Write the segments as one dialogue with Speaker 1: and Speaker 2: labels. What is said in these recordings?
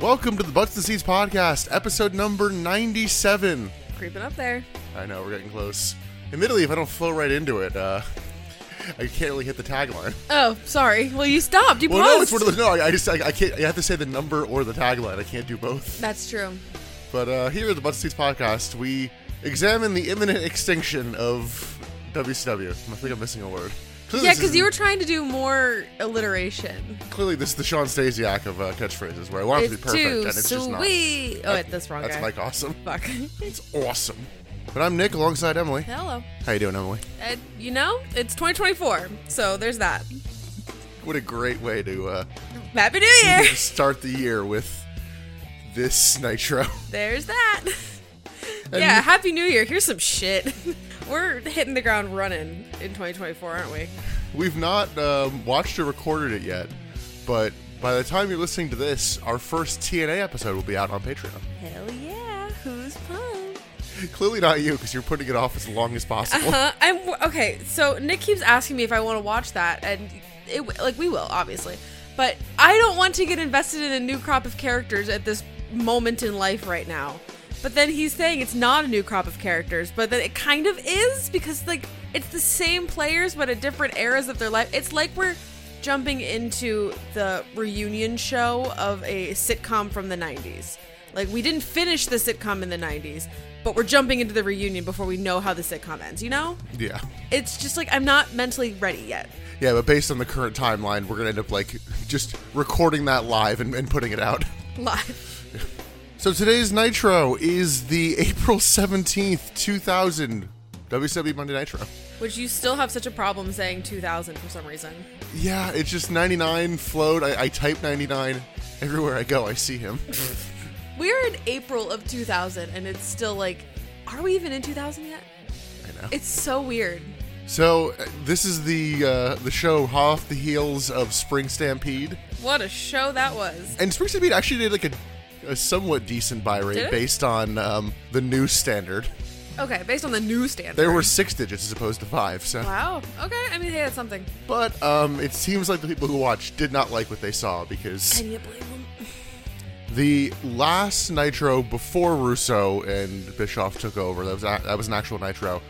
Speaker 1: Welcome to the Butts and Seeds podcast, episode number 97.
Speaker 2: Creeping up there.
Speaker 1: I know, we're getting close. Admittedly, if I don't flow right into it, uh, I can't really hit the tagline.
Speaker 2: Oh, sorry. Well, you stopped. You
Speaker 1: Well,
Speaker 2: paused.
Speaker 1: no, it's one of those. No, I, I just, I, I can't, I have to say the number or the tagline. I can't do both.
Speaker 2: That's true.
Speaker 1: But uh, here at the Butts and Seeds podcast, we examine the imminent extinction of WCW. I think I'm missing a word. Clearly
Speaker 2: yeah,
Speaker 1: this
Speaker 2: because
Speaker 1: is-
Speaker 2: you were trying to do more alliteration.
Speaker 1: Clearly, this is the Sean Stasiak of uh, catchphrases, where I want it to be
Speaker 2: It's
Speaker 1: perfect,
Speaker 2: too
Speaker 1: and it's just not.
Speaker 2: sweet. Oh, wait, that's wrong
Speaker 1: That's
Speaker 2: guy.
Speaker 1: like awesome.
Speaker 2: Fuck.
Speaker 1: It's awesome. But I'm Nick alongside Emily.
Speaker 2: Hello.
Speaker 1: How you doing, Emily?
Speaker 2: Uh, you know, it's 2024, so there's that.
Speaker 1: What a great way to uh,
Speaker 2: Happy New Year.
Speaker 1: start the year with this Nitro.
Speaker 2: there's that. yeah, Happy New Year. Here's some shit. we're hitting the ground running in 2024, aren't we?
Speaker 1: We've not um, watched or recorded it yet, but by the time you're listening to this, our first TNA episode will be out on Patreon.
Speaker 2: Hell yeah. Who's pumped?
Speaker 1: Clearly not you, because you're putting it off as long as possible.
Speaker 2: Uh-huh. I'm okay. So Nick keeps asking me if I want to watch that, and it like we will obviously, but I don't want to get invested in a new crop of characters at this moment in life right now. But then he's saying it's not a new crop of characters, but then it kind of is because like it's the same players but at different eras of their life. It's like we're jumping into the reunion show of a sitcom from the 90s. Like we didn't finish the sitcom in the 90s, but we're jumping into the reunion before we know how the sitcom ends, you know?
Speaker 1: Yeah.
Speaker 2: It's just like I'm not mentally ready yet.
Speaker 1: Yeah, but based on the current timeline, we're going to end up like just recording that live and, and putting it out.
Speaker 2: Live.
Speaker 1: So today's Nitro is the April 17th, 2000 WWE Monday Nitro.
Speaker 2: Which you still have such a problem saying 2000 for some reason.
Speaker 1: Yeah, it's just 99 flowed. I, I type 99 everywhere I go. I see him.
Speaker 2: We're in April of 2000 and it's still like are we even in 2000 yet?
Speaker 1: I know.
Speaker 2: It's so weird.
Speaker 1: So uh, this is the uh, the show hot off the heels of Spring Stampede,
Speaker 2: What a show that was.
Speaker 1: and Spring Stampede actually did like a, a somewhat decent buy
Speaker 2: Did
Speaker 1: rate
Speaker 2: it?
Speaker 1: based on um, the new standard.
Speaker 2: Okay, based on the newsstand.
Speaker 1: There were six digits as opposed to five. So,
Speaker 2: Wow. Okay, I mean, hey, that's something.
Speaker 1: but um, it seems like the people who watched did not like what they saw because
Speaker 2: Can you blame them?
Speaker 1: The last Nitro before Russo and Bischoff took over, that was a, that was an actual Nitro,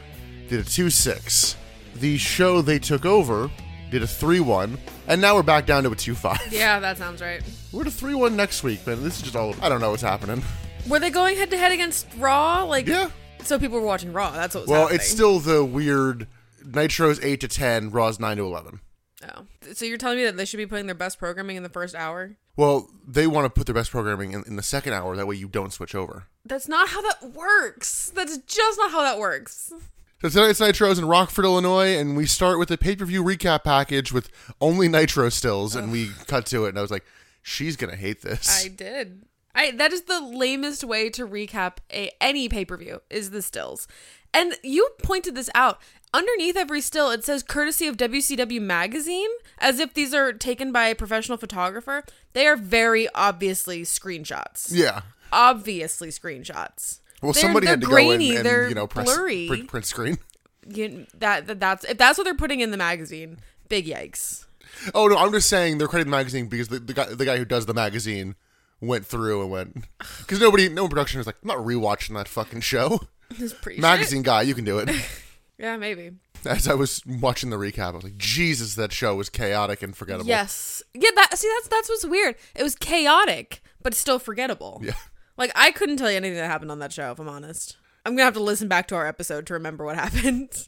Speaker 1: did a 2 6. The show they took over did a 3 1, and now we're back down to a 2 5.
Speaker 2: Yeah, that sounds right.
Speaker 1: We're at a 3 1 next week, man. This is just all. I don't know what's happening.
Speaker 2: Were they going head to head against Raw? Like,
Speaker 1: Yeah.
Speaker 2: So people were watching Raw. That's what was
Speaker 1: Well,
Speaker 2: happening.
Speaker 1: it's still the weird Nitro's 8 to 10, Raw's 9 to 11.
Speaker 2: Oh. So you're telling me that they should be putting their best programming in the first hour?
Speaker 1: Well, they want to put their best programming in, in the second hour, that way you don't switch over.
Speaker 2: That's not how that works. That's just not how that works.
Speaker 1: So tonight's Nitro's in Rockford, Illinois, and we start with a pay-per-view recap package with only Nitro stills, and we cut to it, and I was like, "She's gonna hate this."
Speaker 2: I did. I that is the lamest way to recap a, any pay per view is the stills, and you pointed this out. Underneath every still, it says courtesy of WCW magazine, as if these are taken by a professional photographer. They are very obviously screenshots.
Speaker 1: yeah.
Speaker 2: Obviously screenshots.
Speaker 1: Well,
Speaker 2: They're-
Speaker 1: somebody
Speaker 2: they're
Speaker 1: had to
Speaker 2: grainy,
Speaker 1: go in and
Speaker 2: they're
Speaker 1: you know press
Speaker 2: blurry.
Speaker 1: Print, print screen.
Speaker 2: You, that, that that's if that's what they're putting in the magazine. Big yikes.
Speaker 1: Oh no, I'm just saying they're crediting the magazine because the, the guy the guy who does the magazine went through and went because nobody no production was like, "I'm not rewatching that fucking show."
Speaker 2: This is pretty shit.
Speaker 1: magazine guy, you can do it.
Speaker 2: Yeah, maybe.
Speaker 1: As I was watching the recap, I was like, "Jesus, that show was chaotic and forgettable."
Speaker 2: Yes. Yeah, that see that's that's what's weird. It was chaotic, but still forgettable.
Speaker 1: Yeah.
Speaker 2: Like I couldn't tell you anything that happened on that show if I'm honest. I'm going to have to listen back to our episode to remember what happened.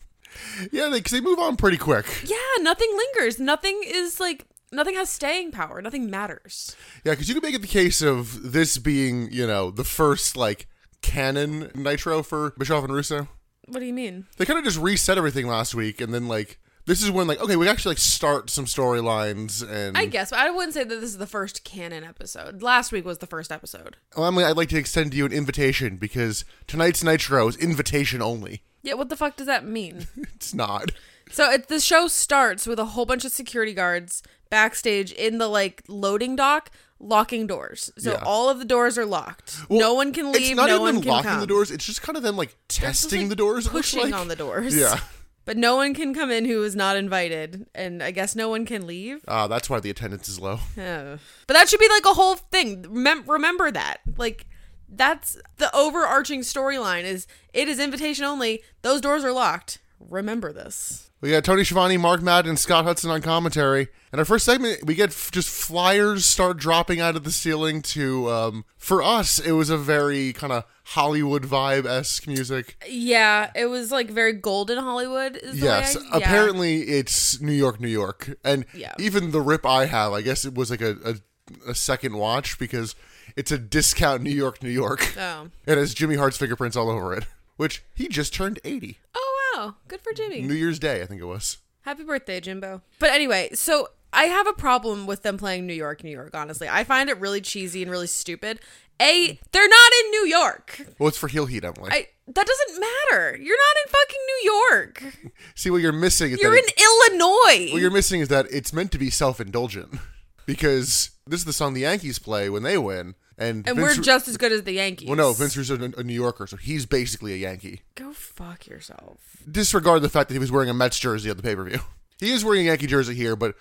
Speaker 1: Yeah, because they move on pretty quick.
Speaker 2: yeah, nothing lingers. Nothing is like nothing has staying power. Nothing matters.
Speaker 1: Yeah, because you could make it the case of this being, you know, the first like canon Nitro for Bischoff and Russo.
Speaker 2: What do you mean?
Speaker 1: They kind of just reset everything last week, and then like this is when like okay, we actually like start some storylines and
Speaker 2: I guess, but I wouldn't say that this is the first canon episode. Last week was the first episode.
Speaker 1: well, Emily, I'd like to extend to you an invitation because tonight's Nitro is invitation only.
Speaker 2: Yeah, what the fuck does that mean?
Speaker 1: It's not.
Speaker 2: So it, the show starts with a whole bunch of security guards backstage in the like loading dock, locking doors. So
Speaker 1: Yeah.
Speaker 2: all of the doors are locked.
Speaker 1: Well,
Speaker 2: no one can leave.
Speaker 1: it's not
Speaker 2: no
Speaker 1: even
Speaker 2: one
Speaker 1: them
Speaker 2: can
Speaker 1: locking
Speaker 2: come.
Speaker 1: the doors. It's just kind of them like
Speaker 2: It's just,
Speaker 1: testing
Speaker 2: like,
Speaker 1: the doors. It looks
Speaker 2: pushing
Speaker 1: like
Speaker 2: on the doors.
Speaker 1: yeah.
Speaker 2: but But no one can come in who is not invited, and I guess no one can leave.
Speaker 1: Ah, that's why the attendance is low.
Speaker 2: Oh. But that should be like a whole thing. Remem- remember that. Like that's the overarching storyline is it is invitation only. Those doors are locked. Remember this.
Speaker 1: We got Tony Schiavone, Mark Madden, Scott Hudson on commentary. And our first segment, we get f- just flyers start dropping out of the ceiling to, um, for us, it was a very kind of Hollywood vibe esque music.
Speaker 2: Yeah, it was like very golden Hollywood. Is the way
Speaker 1: yes,
Speaker 2: I- yeah.
Speaker 1: apparently it's New York, New York. And
Speaker 2: Yeah.
Speaker 1: even the rip I have, I guess it was like a, a, a second watch because it's a discount New York, New York.
Speaker 2: Oh.
Speaker 1: It has Jimmy Hart's fingerprints all over it, which he just turned 80.
Speaker 2: Oh wow! Good for Jimmy.
Speaker 1: New Year's Day, I think it was.
Speaker 2: Happy birthday, Jimbo. But anyway, so I have a problem with them playing New York, New York, honestly. I find it really cheesy and really stupid. A, they're not in New York.
Speaker 1: Well, it's for heel heat, Emily.
Speaker 2: I that doesn't matter. You're not in fucking New York.
Speaker 1: See, what you're missing is
Speaker 2: You're
Speaker 1: that
Speaker 2: in
Speaker 1: it-
Speaker 2: Illinois.
Speaker 1: what you're missing is that it's meant to be self-indulgent because this is the song the Yankees play when they win, and
Speaker 2: and
Speaker 1: Vince
Speaker 2: we're
Speaker 1: Ru-
Speaker 2: just as good as the Yankees.
Speaker 1: well, no, Vince Russo's a, a New Yorker, so he's basically a Yankee.
Speaker 2: Go fuck yourself.
Speaker 1: Disregard the fact that he was wearing a Mets jersey at the pay-per-view. He is wearing a Yankee jersey here, but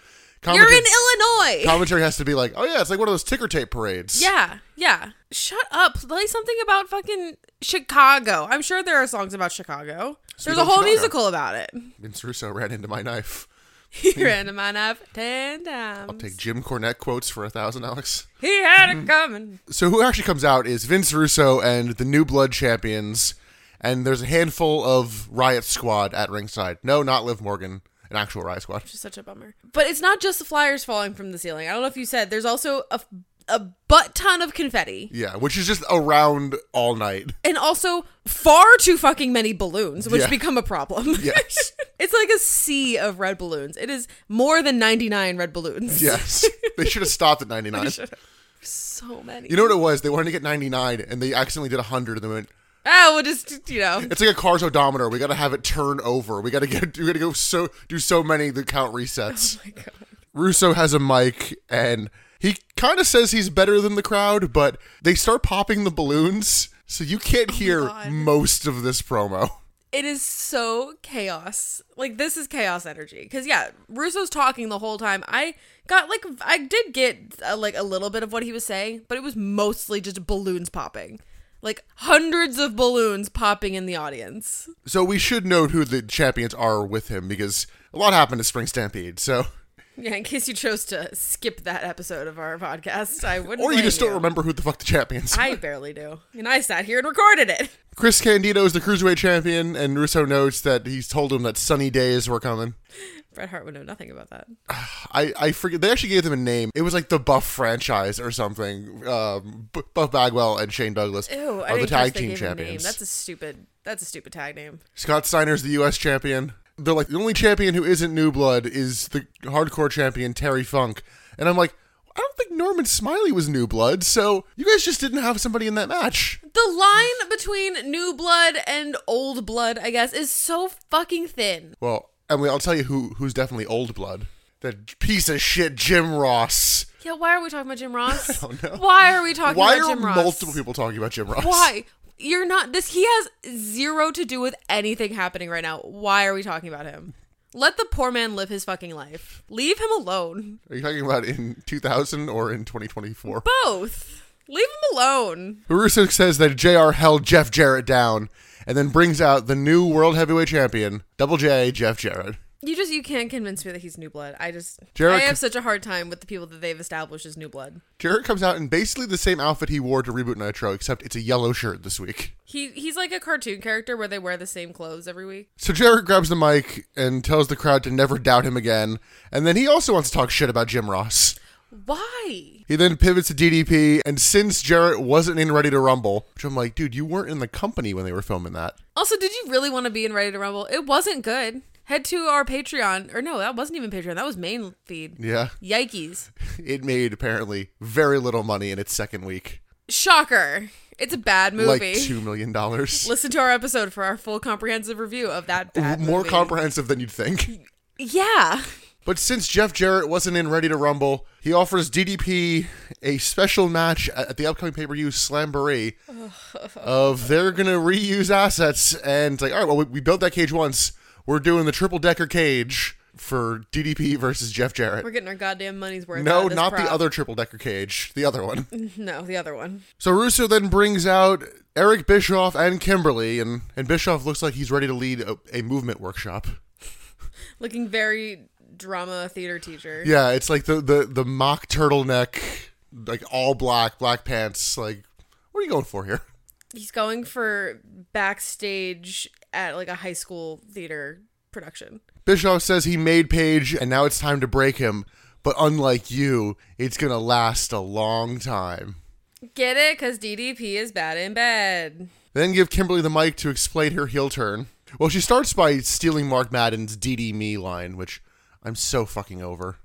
Speaker 2: You're
Speaker 1: commentary,
Speaker 2: in Illinois.
Speaker 1: commentary has to be like, oh yeah, it's like one of those ticker tape parades.
Speaker 2: yeah, yeah. Shut up. Play something about fucking Chicago. I'm sure there are songs about Chicago. There's a
Speaker 1: Home
Speaker 2: whole
Speaker 1: Chicago.
Speaker 2: musical about it.
Speaker 1: Vince Russo ran into my knife.
Speaker 2: He ran a man up ten times.
Speaker 1: Hmm. Take Hmm. Jim Cornette quotes for a thousand, Alex.
Speaker 2: He had it coming.
Speaker 1: So who actually comes out is Vince Russo and the New Blood Champions, and there's a handful of Riot Squad at ringside. No, not Liv Morgan, an actual Riot Squad.
Speaker 2: Which is such a bummer. But it's not just the flyers falling from the ceiling. I don't know if you said there's also a a butt ton of confetti
Speaker 1: Yeah, which is just around all night.
Speaker 2: and also far too fucking many balloons, which
Speaker 1: Yeah.
Speaker 2: become a problem.
Speaker 1: Yes.
Speaker 2: it's like a sea of red balloons. It is more than 99 red balloons.
Speaker 1: Yes, they should have stopped at 99.
Speaker 2: So many.
Speaker 1: You know what it was? They wanted to get 99, and they accidentally did 100, and they went.
Speaker 2: ah, we'll just, you know.
Speaker 1: It's like a car's odometer. We got to have it turn over. We got to get. We got to go so do so many the count resets.
Speaker 2: Oh my God.
Speaker 1: Russo has a mic and he kind of says he's better than the crowd, but they start popping the balloons, so you can't hear
Speaker 2: Oh God.
Speaker 1: most of this promo.
Speaker 2: It is so chaos. Like this is chaos energy. Cause yeah, Russo's talking the whole time. I got like I did get uh, like a little bit of what he was saying, but it was mostly just balloons popping, like hundreds of balloons popping in the audience.
Speaker 1: So we should note who the champions are with him because a lot happened at Spring Stampede. So,
Speaker 2: Yeah, in case you chose to skip that episode of our podcast, I wouldn't.
Speaker 1: or you
Speaker 2: blame
Speaker 1: just don't remember who the fuck the champions. are.
Speaker 2: I barely do, and I sat here and recorded it.
Speaker 1: Chris Candido is the cruiserweight champion, and Russo notes that he's told him that sunny days were coming.
Speaker 2: Bret Hart would know nothing about that.
Speaker 1: I, I forget. They actually gave them a name. It was like the Buff franchise or something. Um, B- Buff Bagwell and Shane Douglas
Speaker 2: Ew, I
Speaker 1: are the tag
Speaker 2: didn't catch they
Speaker 1: team
Speaker 2: gave him a name.
Speaker 1: champions.
Speaker 2: That's a stupid. That's a stupid tag name.
Speaker 1: Scott Steiner's the U.S. champion. They're like the only champion who isn't New Blood is the hardcore champion Terry Funk, and I'm like, I don't think Norman Smiley was New Blood, so you guys just didn't have somebody in that match.
Speaker 2: The line between new blood and old blood, I guess, is so fucking thin.
Speaker 1: Well, Emily, I'll tell you who who's definitely Old Blood. That piece of shit Jim Ross.
Speaker 2: Yeah, why are we talking about Jim Ross? I
Speaker 1: don't know.
Speaker 2: Why are we talking
Speaker 1: Why
Speaker 2: about
Speaker 1: are
Speaker 2: Jim Ross?
Speaker 1: multiple people talking about Jim Ross?
Speaker 2: Why? You're not this he has zero to do with anything happening right now. Why are we talking about him? Let the poor man live his fucking life. Leave him alone.
Speaker 1: Are you talking about in 2000 or in 2024?
Speaker 2: Both. Leave him alone.
Speaker 1: Russo says that JR held Jeff Jarrett down and then brings out the new world heavyweight champion, Double J Jeff Jarrett.
Speaker 2: You just you can't convince me that he's new blood. I just
Speaker 1: Jericho-
Speaker 2: I have such a hard time with the people that they've established as new blood.
Speaker 1: Jarrett comes out in basically the same outfit he wore to reboot Nitro, except it's a yellow shirt this week.
Speaker 2: He he's like a cartoon character where they wear the same clothes every week.
Speaker 1: So Jarrett grabs the mic and tells the crowd to never doubt him again, and then he also wants to talk shit about Jim Ross.
Speaker 2: Why?
Speaker 1: He then pivots to DDP, and since Jarrett wasn't in Ready to Rumble, which I'm like, dude, you weren't in the company when they were filming that.
Speaker 2: Also, did you really want to be in Ready to Rumble? It wasn't good. Head to our Patreon, or no, that wasn't even Patreon. That was main feed.
Speaker 1: Yeah,
Speaker 2: Yikes!
Speaker 1: it made apparently very little money in its second week,
Speaker 2: Shocker! It's a bad movie.
Speaker 1: like two million dollars.
Speaker 2: Listen to our episode for our full comprehensive review of that bad
Speaker 1: More
Speaker 2: movie.
Speaker 1: comprehensive than you'd think.
Speaker 2: yeah.
Speaker 1: But since Jeff Jarrett wasn't in Ready to Rumble, he offers DDP a special match at at the upcoming pay per view Slamboree. of they're gonna reuse assets and it's like, all right, well we, we built that cage once. We're doing the triple decker cage for DDP versus Jeff Jarrett.
Speaker 2: We're getting our goddamn money's worth. out
Speaker 1: No,
Speaker 2: of this
Speaker 1: not the
Speaker 2: prop.
Speaker 1: other triple decker cage, the other one.
Speaker 2: No, the other one.
Speaker 1: So Russo then brings out Eric Bischoff and Kimberly, and, and Bischoff looks like he's ready to lead a, a movement workshop.
Speaker 2: Looking very drama theater teacher.
Speaker 1: Yeah, it's like the, the, the mock turtleneck, like all black, black pants. Like, what are you going for here?
Speaker 2: He's going for backstage at like a high school theater production.
Speaker 1: Bischoff says he made Page, and now it's time to break him. But unlike you, it's going to last a long time.
Speaker 2: Get it? Because DDP is bad in bed.
Speaker 1: Then give Kimberly the mic to explain her heel turn. Well, she starts by stealing Mark Madden's DD me E line, which I'm so fucking over.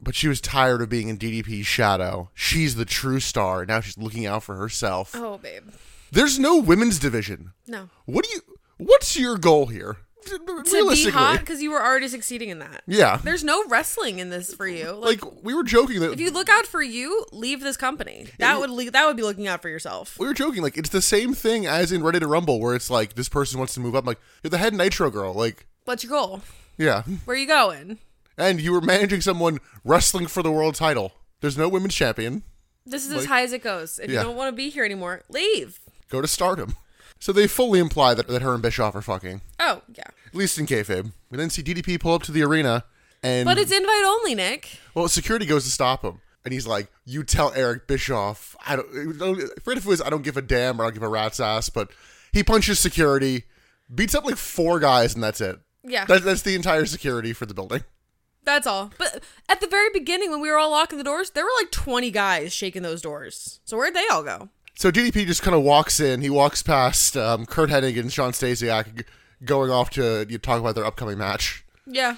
Speaker 1: But she was tired of being in DDP's shadow. She's the true star. and Now she's looking out for herself.
Speaker 2: Oh, babe.
Speaker 1: There's no women's division.
Speaker 2: No.
Speaker 1: What do you? What's your goal here?
Speaker 2: To be hot because you were already succeeding in that.
Speaker 1: yeah.
Speaker 2: There's no wrestling in this for you. Like,
Speaker 1: Like we were joking that
Speaker 2: if you look out for you, leave this company. That would le- that would be looking out for yourself.
Speaker 1: we were joking. Like it's the same thing as in Ready to Rumble, where it's like this person wants to move up. I'm like you're the head Nitro girl. Like
Speaker 2: What's your goal?
Speaker 1: yeah.
Speaker 2: Where you going?
Speaker 1: and you were managing someone wrestling for the world title. There's no women's champion.
Speaker 2: This is as high as it goes. If
Speaker 1: Yeah.
Speaker 2: you don't want to be here anymore, leave.
Speaker 1: Go to stardom. So they fully imply that, that her and Bischoff are fucking,
Speaker 2: Oh, yeah.
Speaker 1: at least in kayfabe. We then see DDP pull up to the arena, and
Speaker 2: But it's invite only, Nick.
Speaker 1: well, security goes to stop him, and he's like, "You tell Eric Bischoff, I don't. I don't- I forget if it was I don't give a damn or I don't give a rat's ass." But he punches security, beats up like four guys, and that's it.
Speaker 2: Yeah.
Speaker 1: That, that's the entire security for the building.
Speaker 2: That's all. But at the very beginning, when we were all locking the doors, there were like 20 guys shaking those doors. So where'd they all go?
Speaker 1: So DDP just kind of walks in. He walks past um, Kurt Hennig and Sean Stasiak g- going off to you know, talk about their upcoming match.
Speaker 2: Yeah.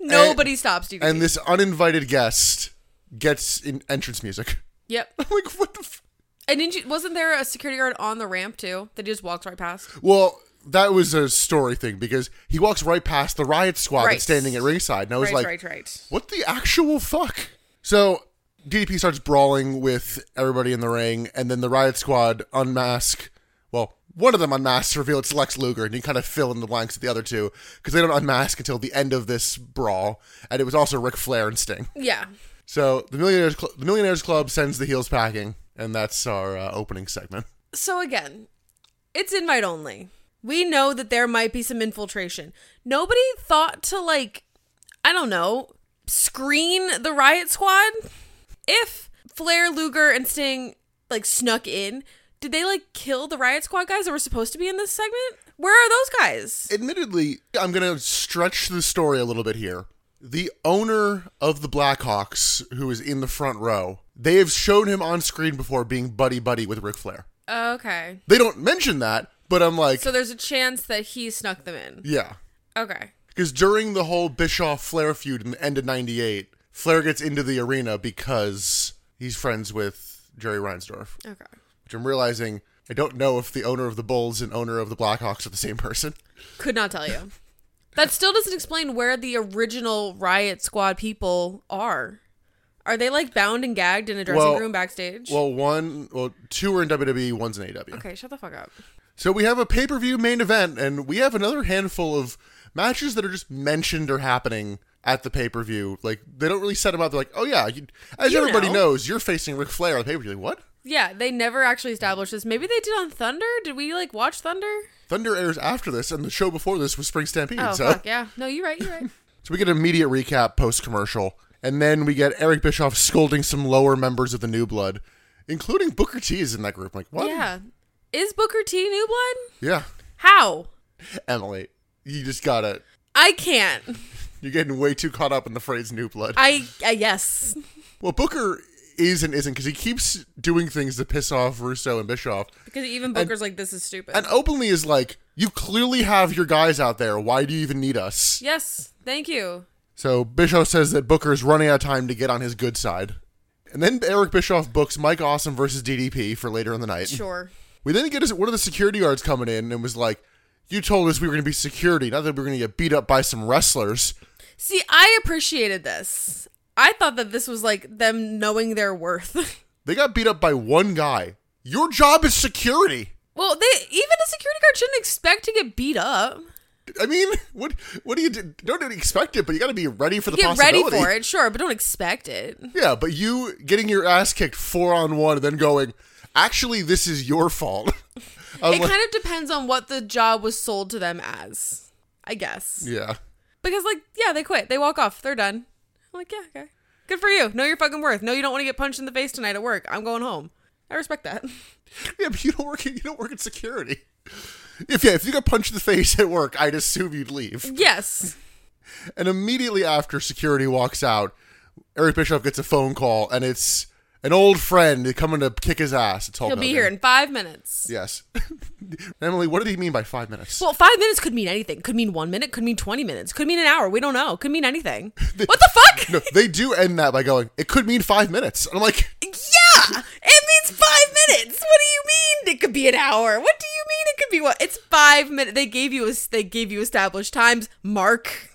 Speaker 2: Nobody stops DDP.
Speaker 1: And this uninvited guest gets in entrance music.
Speaker 2: yep.
Speaker 1: I'm like, what the f-?
Speaker 2: And didn't you, wasn't there a security guard on the ramp too that just walks right past?
Speaker 1: Well, that was a story thing because he walks right past the riot squad
Speaker 2: Right.
Speaker 1: that's standing at ringside. And I was
Speaker 2: Right,
Speaker 1: like,
Speaker 2: right, right.
Speaker 1: what the actual fuck? So DDP starts brawling with everybody in the ring, and then the riot squad unmask. Well, one of them unmasks, reveal it's Lex Luger, and you kind of fill in the blanks with the other two because they don't unmask until the end of this brawl, and it was also Ric Flair and Sting.
Speaker 2: Yeah.
Speaker 1: So the millionaires, Cl- the millionaires club sends the heels packing, and that's our uh, opening segment.
Speaker 2: So again, it's invite only. We know that there might be some infiltration. Nobody thought to like, I don't know, screen the riot squad. If Flair, Luger, and Sting like snuck in, did they like kill the riot squad guys that were supposed to be in this segment? Where are those guys?
Speaker 1: Admittedly, I'm going to stretch the story a little bit here. The owner of the Blackhawks, who is in the front row, they have shown him on screen before being buddy buddy with Ric Flair.
Speaker 2: Okay.
Speaker 1: They don't mention that, but I'm like,
Speaker 2: So there's a chance that he snuck them in.
Speaker 1: yeah.
Speaker 2: Okay.
Speaker 1: Because during the whole Bischoff Flair feud in the end of 98, Flair gets into the arena because he's friends with Jerry Reinsdorf,
Speaker 2: Okay.
Speaker 1: which I'm realizing I don't know if the owner of the Bulls and owner of the Blackhawks are the same person.
Speaker 2: Could not tell you. That still doesn't explain where the original riot squad people are. Are they like bound and gagged in a dressing
Speaker 1: Well-
Speaker 2: room backstage?
Speaker 1: Well, one, well, two are in WWE, one's in E AW.
Speaker 2: okay, shut the fuck up.
Speaker 1: So we have a pay per view main event, and we have another handful of matches that are just mentioned or happening at the pay per view. Like they don't really set them up. They're like, oh yeah, you, as
Speaker 2: You
Speaker 1: everybody
Speaker 2: know.
Speaker 1: knows, you're facing Ric Flair on the pay per view. Like, what?
Speaker 2: Yeah, they never actually established this. Maybe they did on Thunder? Did we like watch Thunder?
Speaker 1: Thunder airs after this, and the show before this was Spring Stampede.
Speaker 2: Oh,
Speaker 1: so,
Speaker 2: fuck yeah. No, you're right, you're right.
Speaker 1: so we get an immediate recap post commercial, and then we get Eric Bischoff scolding some lower members of the New Blood, including Booker T is in that group. I'm like, what?
Speaker 2: yeah. Is Booker T new blood?
Speaker 1: yeah.
Speaker 2: How?
Speaker 1: Emily, you just gotta.
Speaker 2: I can't.
Speaker 1: You're getting way too caught up in the phrase "New Blood."
Speaker 2: I, I yes.
Speaker 1: Well, Booker is and isn't because he keeps doing things to piss off Russo and Bischoff,
Speaker 2: Because even Booker's like this is stupid.
Speaker 1: and uh, openly is like, "You clearly have your guys out there. Why do you even need us?"
Speaker 2: yes. Thank you.
Speaker 1: So Bischoff says that Booker is running out of time to get on his good side, and then Eric Bischoff books Mike Awesome versus DDP for later in the night.
Speaker 2: Sure.
Speaker 1: We then get one of the security guards coming in and was like, "You told us we were going to be security, not that we were going to get beat up by some wrestlers."
Speaker 2: See, I appreciated this. I thought that this was like them knowing their worth.
Speaker 1: They got beat up by one guy. Your job is security.
Speaker 2: well, they even a security guard shouldn't expect to get beat up.
Speaker 1: I mean, what what do you do? Don't expect it, but you got to be ready for the
Speaker 2: Get ready
Speaker 1: possibility.
Speaker 2: for it, sure, but don't expect it.
Speaker 1: Yeah, but you getting your ass kicked four on one and then going, actually, this is your fault. I'm
Speaker 2: it
Speaker 1: like-
Speaker 2: kind of depends on what the job was sold to them as, I guess.
Speaker 1: yeah.
Speaker 2: Because, like, yeah, they quit. They walk off. They're done. I'm like, yeah, okay. Good for you. Know your fucking worth. No, you don't want to get punched in the face tonight at work. I'm going home. I respect that.
Speaker 1: Yeah, but you don't work. In, you don't work in security. If yeah, if you got punched in the face at work, I'd assume you'd leave.
Speaker 2: Yes.
Speaker 1: And immediately after security walks out, Eric Bischoff gets a phone call, and it's an old friend coming to kick his ass. It's Hulk
Speaker 2: He'll be
Speaker 1: Hogan.
Speaker 2: here in five minutes.
Speaker 1: Yes, Emily. What did he mean by five minutes?
Speaker 2: Well, five minutes could mean anything. Could mean one minute. Could mean 20 minutes. Could mean an hour. We don't know. Could mean anything. what the fuck?
Speaker 1: no, they do end that by going. It could mean five minutes. And I'm like,
Speaker 2: Yeah, it means five minutes. What do you mean? It could be an hour. What do you mean? It could be what? It's five minutes. They gave you a, they gave you established times. Mark.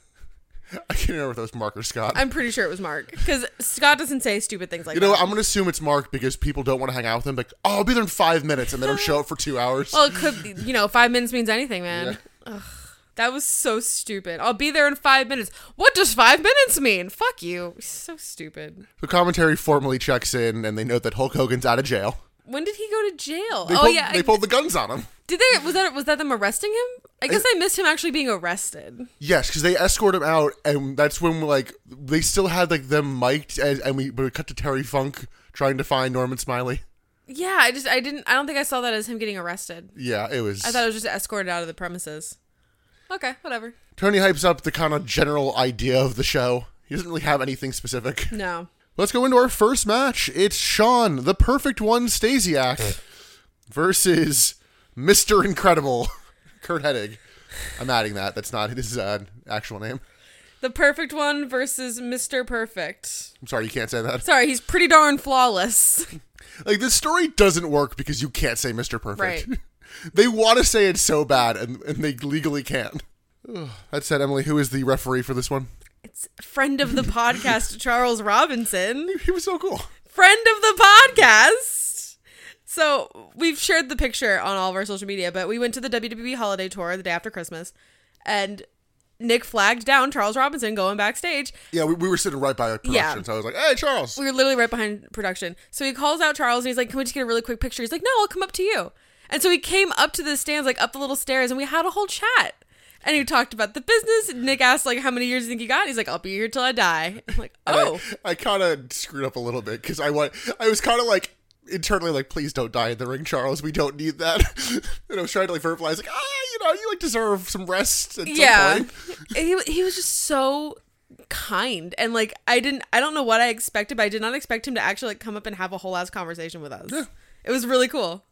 Speaker 1: I can't remember if that was Mark or Scott.
Speaker 2: I'm pretty sure it was Mark because Scott doesn't say stupid things like
Speaker 1: You know, what?
Speaker 2: that.
Speaker 1: I'm gonna assume it's Mark because people don't want to hang out with him. Like, oh, I'll be there in five minutes, and they don't show up for two hours.
Speaker 2: well, it could. be- You know, five minutes means anything, man. Ugh, that was so stupid. I'll be there in five minutes. What does five minutes mean? Fuck you. So stupid.
Speaker 1: The commentary formally checks in, and they note that Hulk Hogan's out of jail.
Speaker 2: When did he go to jail?
Speaker 1: They
Speaker 2: oh
Speaker 1: pulled,
Speaker 2: yeah,
Speaker 1: they
Speaker 2: I-
Speaker 1: pulled the guns on him.
Speaker 2: did they? Was that was that them arresting him? I guess I missed him actually being arrested.
Speaker 1: Yes, because they escort him out, and that's when like they still had like them mic'd, and, and we, we cut to Terry Funk trying to find Norman Smiley.
Speaker 2: Yeah, I just I didn't I don't think I saw that as him getting arrested.
Speaker 1: Yeah, it was.
Speaker 2: I thought it was just escorted out of the premises. Okay, whatever.
Speaker 1: Tony hypes up the kind of general idea of the show. He doesn't really have anything specific.
Speaker 2: No.
Speaker 1: Let's go into our first match. It's Sean, the perfect one Stasiak, versus Mr. Incredible, Kurt Hennig. I'm adding that. That's not his uh, actual name.
Speaker 2: The perfect one versus Mr. Perfect.
Speaker 1: I'm sorry, you can't say that.
Speaker 2: Sorry, he's pretty darn flawless.
Speaker 1: Like, this story doesn't work because you can't say Mr. Perfect.
Speaker 2: Right.
Speaker 1: they want to say it so bad, and, and they legally can't. Ugh. That said, Emily, who is the referee for this one?
Speaker 2: It's friend of the podcast, Charles Robinson.
Speaker 1: He was so cool.
Speaker 2: Friend of the podcast. So we've shared the picture on all of our social media, but we went to the WWE holiday tour the day after Christmas and Nick flagged down Charles Robinson going backstage
Speaker 1: Yeah, we, we were sitting right by production,
Speaker 2: Yeah.
Speaker 1: so I was like, hey, Charles.
Speaker 2: we were literally right behind production. So he calls out Charles and he's like, Can we just get a really quick picture? He's like, No, I'll come up to you. And so he came up to the stands, like up the little stairs, and we had a whole chat. And he talked about the business. Nick asked, like, how many years do you think you got? He's like, I'll be here till I die. I'm like,
Speaker 1: And
Speaker 2: oh.
Speaker 1: I, I kind of screwed up a little bit because I want. I was kind of like internally like, please don't die in the ring, Charles. We don't need that. and I was trying to like verbalize like, ah, you know, you like deserve some rest. At
Speaker 2: yeah.
Speaker 1: Some point.
Speaker 2: And he, he was just so kind. And like I didn't I don't know what I expected, but I did not expect him to actually like come up and have a whole ass conversation with us. It was really cool.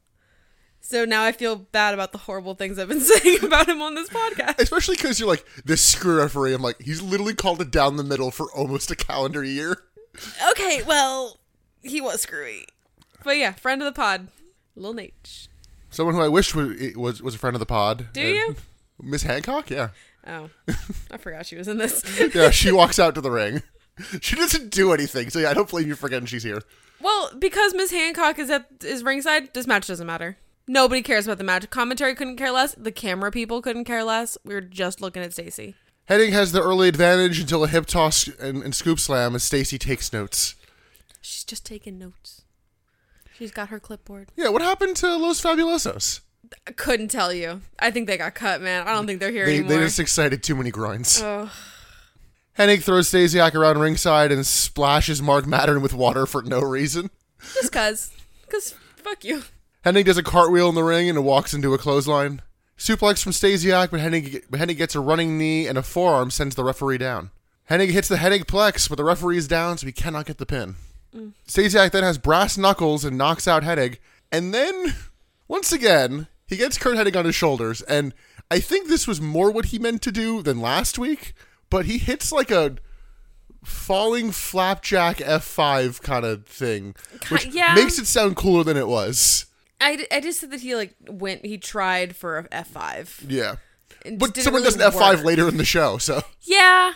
Speaker 2: So now I feel bad about the horrible things I've been saying about him on this podcast.
Speaker 1: Especially because you're like this screw referee. I'm like, he's literally called it down the middle for almost a calendar year.
Speaker 2: Okay, well, he was screwy. But yeah, friend of the pod, Lil Nate.
Speaker 1: Someone who I wish was was, was a friend of the pod.
Speaker 2: Do
Speaker 1: And-
Speaker 2: you?
Speaker 1: Miss Hancock? Yeah,
Speaker 2: Oh, I forgot she was in this.
Speaker 1: yeah. She walks out to the ring. She doesn't do anything, so yeah, I don't blame you for forgetting she's here.
Speaker 2: well, because Miss Hancock is at is ringside, this match doesn't matter. Nobody cares about the match. Commentary couldn't care less. The camera people couldn't care less. We were just looking at Stacy.
Speaker 1: Heading has the early advantage until a hip toss and, and scoop slam as Stacy takes notes.
Speaker 2: She's just taking notes. She's got her clipboard.
Speaker 1: Yeah, what happened to Los Fabulosos?
Speaker 2: I couldn't tell you. I think they got cut, man. I don't think they're here
Speaker 1: They,
Speaker 2: anymore.
Speaker 1: they just excited too many groins.
Speaker 2: Ugh.
Speaker 1: Hennig throws Stasiak around ringside and splashes Mark Mattern with water for no reason.
Speaker 2: just cause, cause fuck you.
Speaker 1: Hennig does a cartwheel in the ring and walks into a clothesline. Suplex from Stasiak, but Hennig, but Hennig gets a running knee and a forearm sends the referee down. Hennig hits the Hennig plex, but the referee is down, so he cannot get the pin. Stasiak then has brass knuckles and knocks out Hennig. And then, once again, he gets Kurt Hennig on his shoulders. And I think this was more what he meant to do than last week, but he hits like a falling flapjack F5 kind of thing, which
Speaker 2: yeah.
Speaker 1: makes it sound cooler than it was.
Speaker 2: I, d- I just said that he like went. He tried for a F five.
Speaker 1: Yeah.
Speaker 2: It
Speaker 1: But
Speaker 2: didn't
Speaker 1: someone
Speaker 2: really
Speaker 1: does an F5
Speaker 2: work.
Speaker 1: later in the show, so.
Speaker 2: Yeah.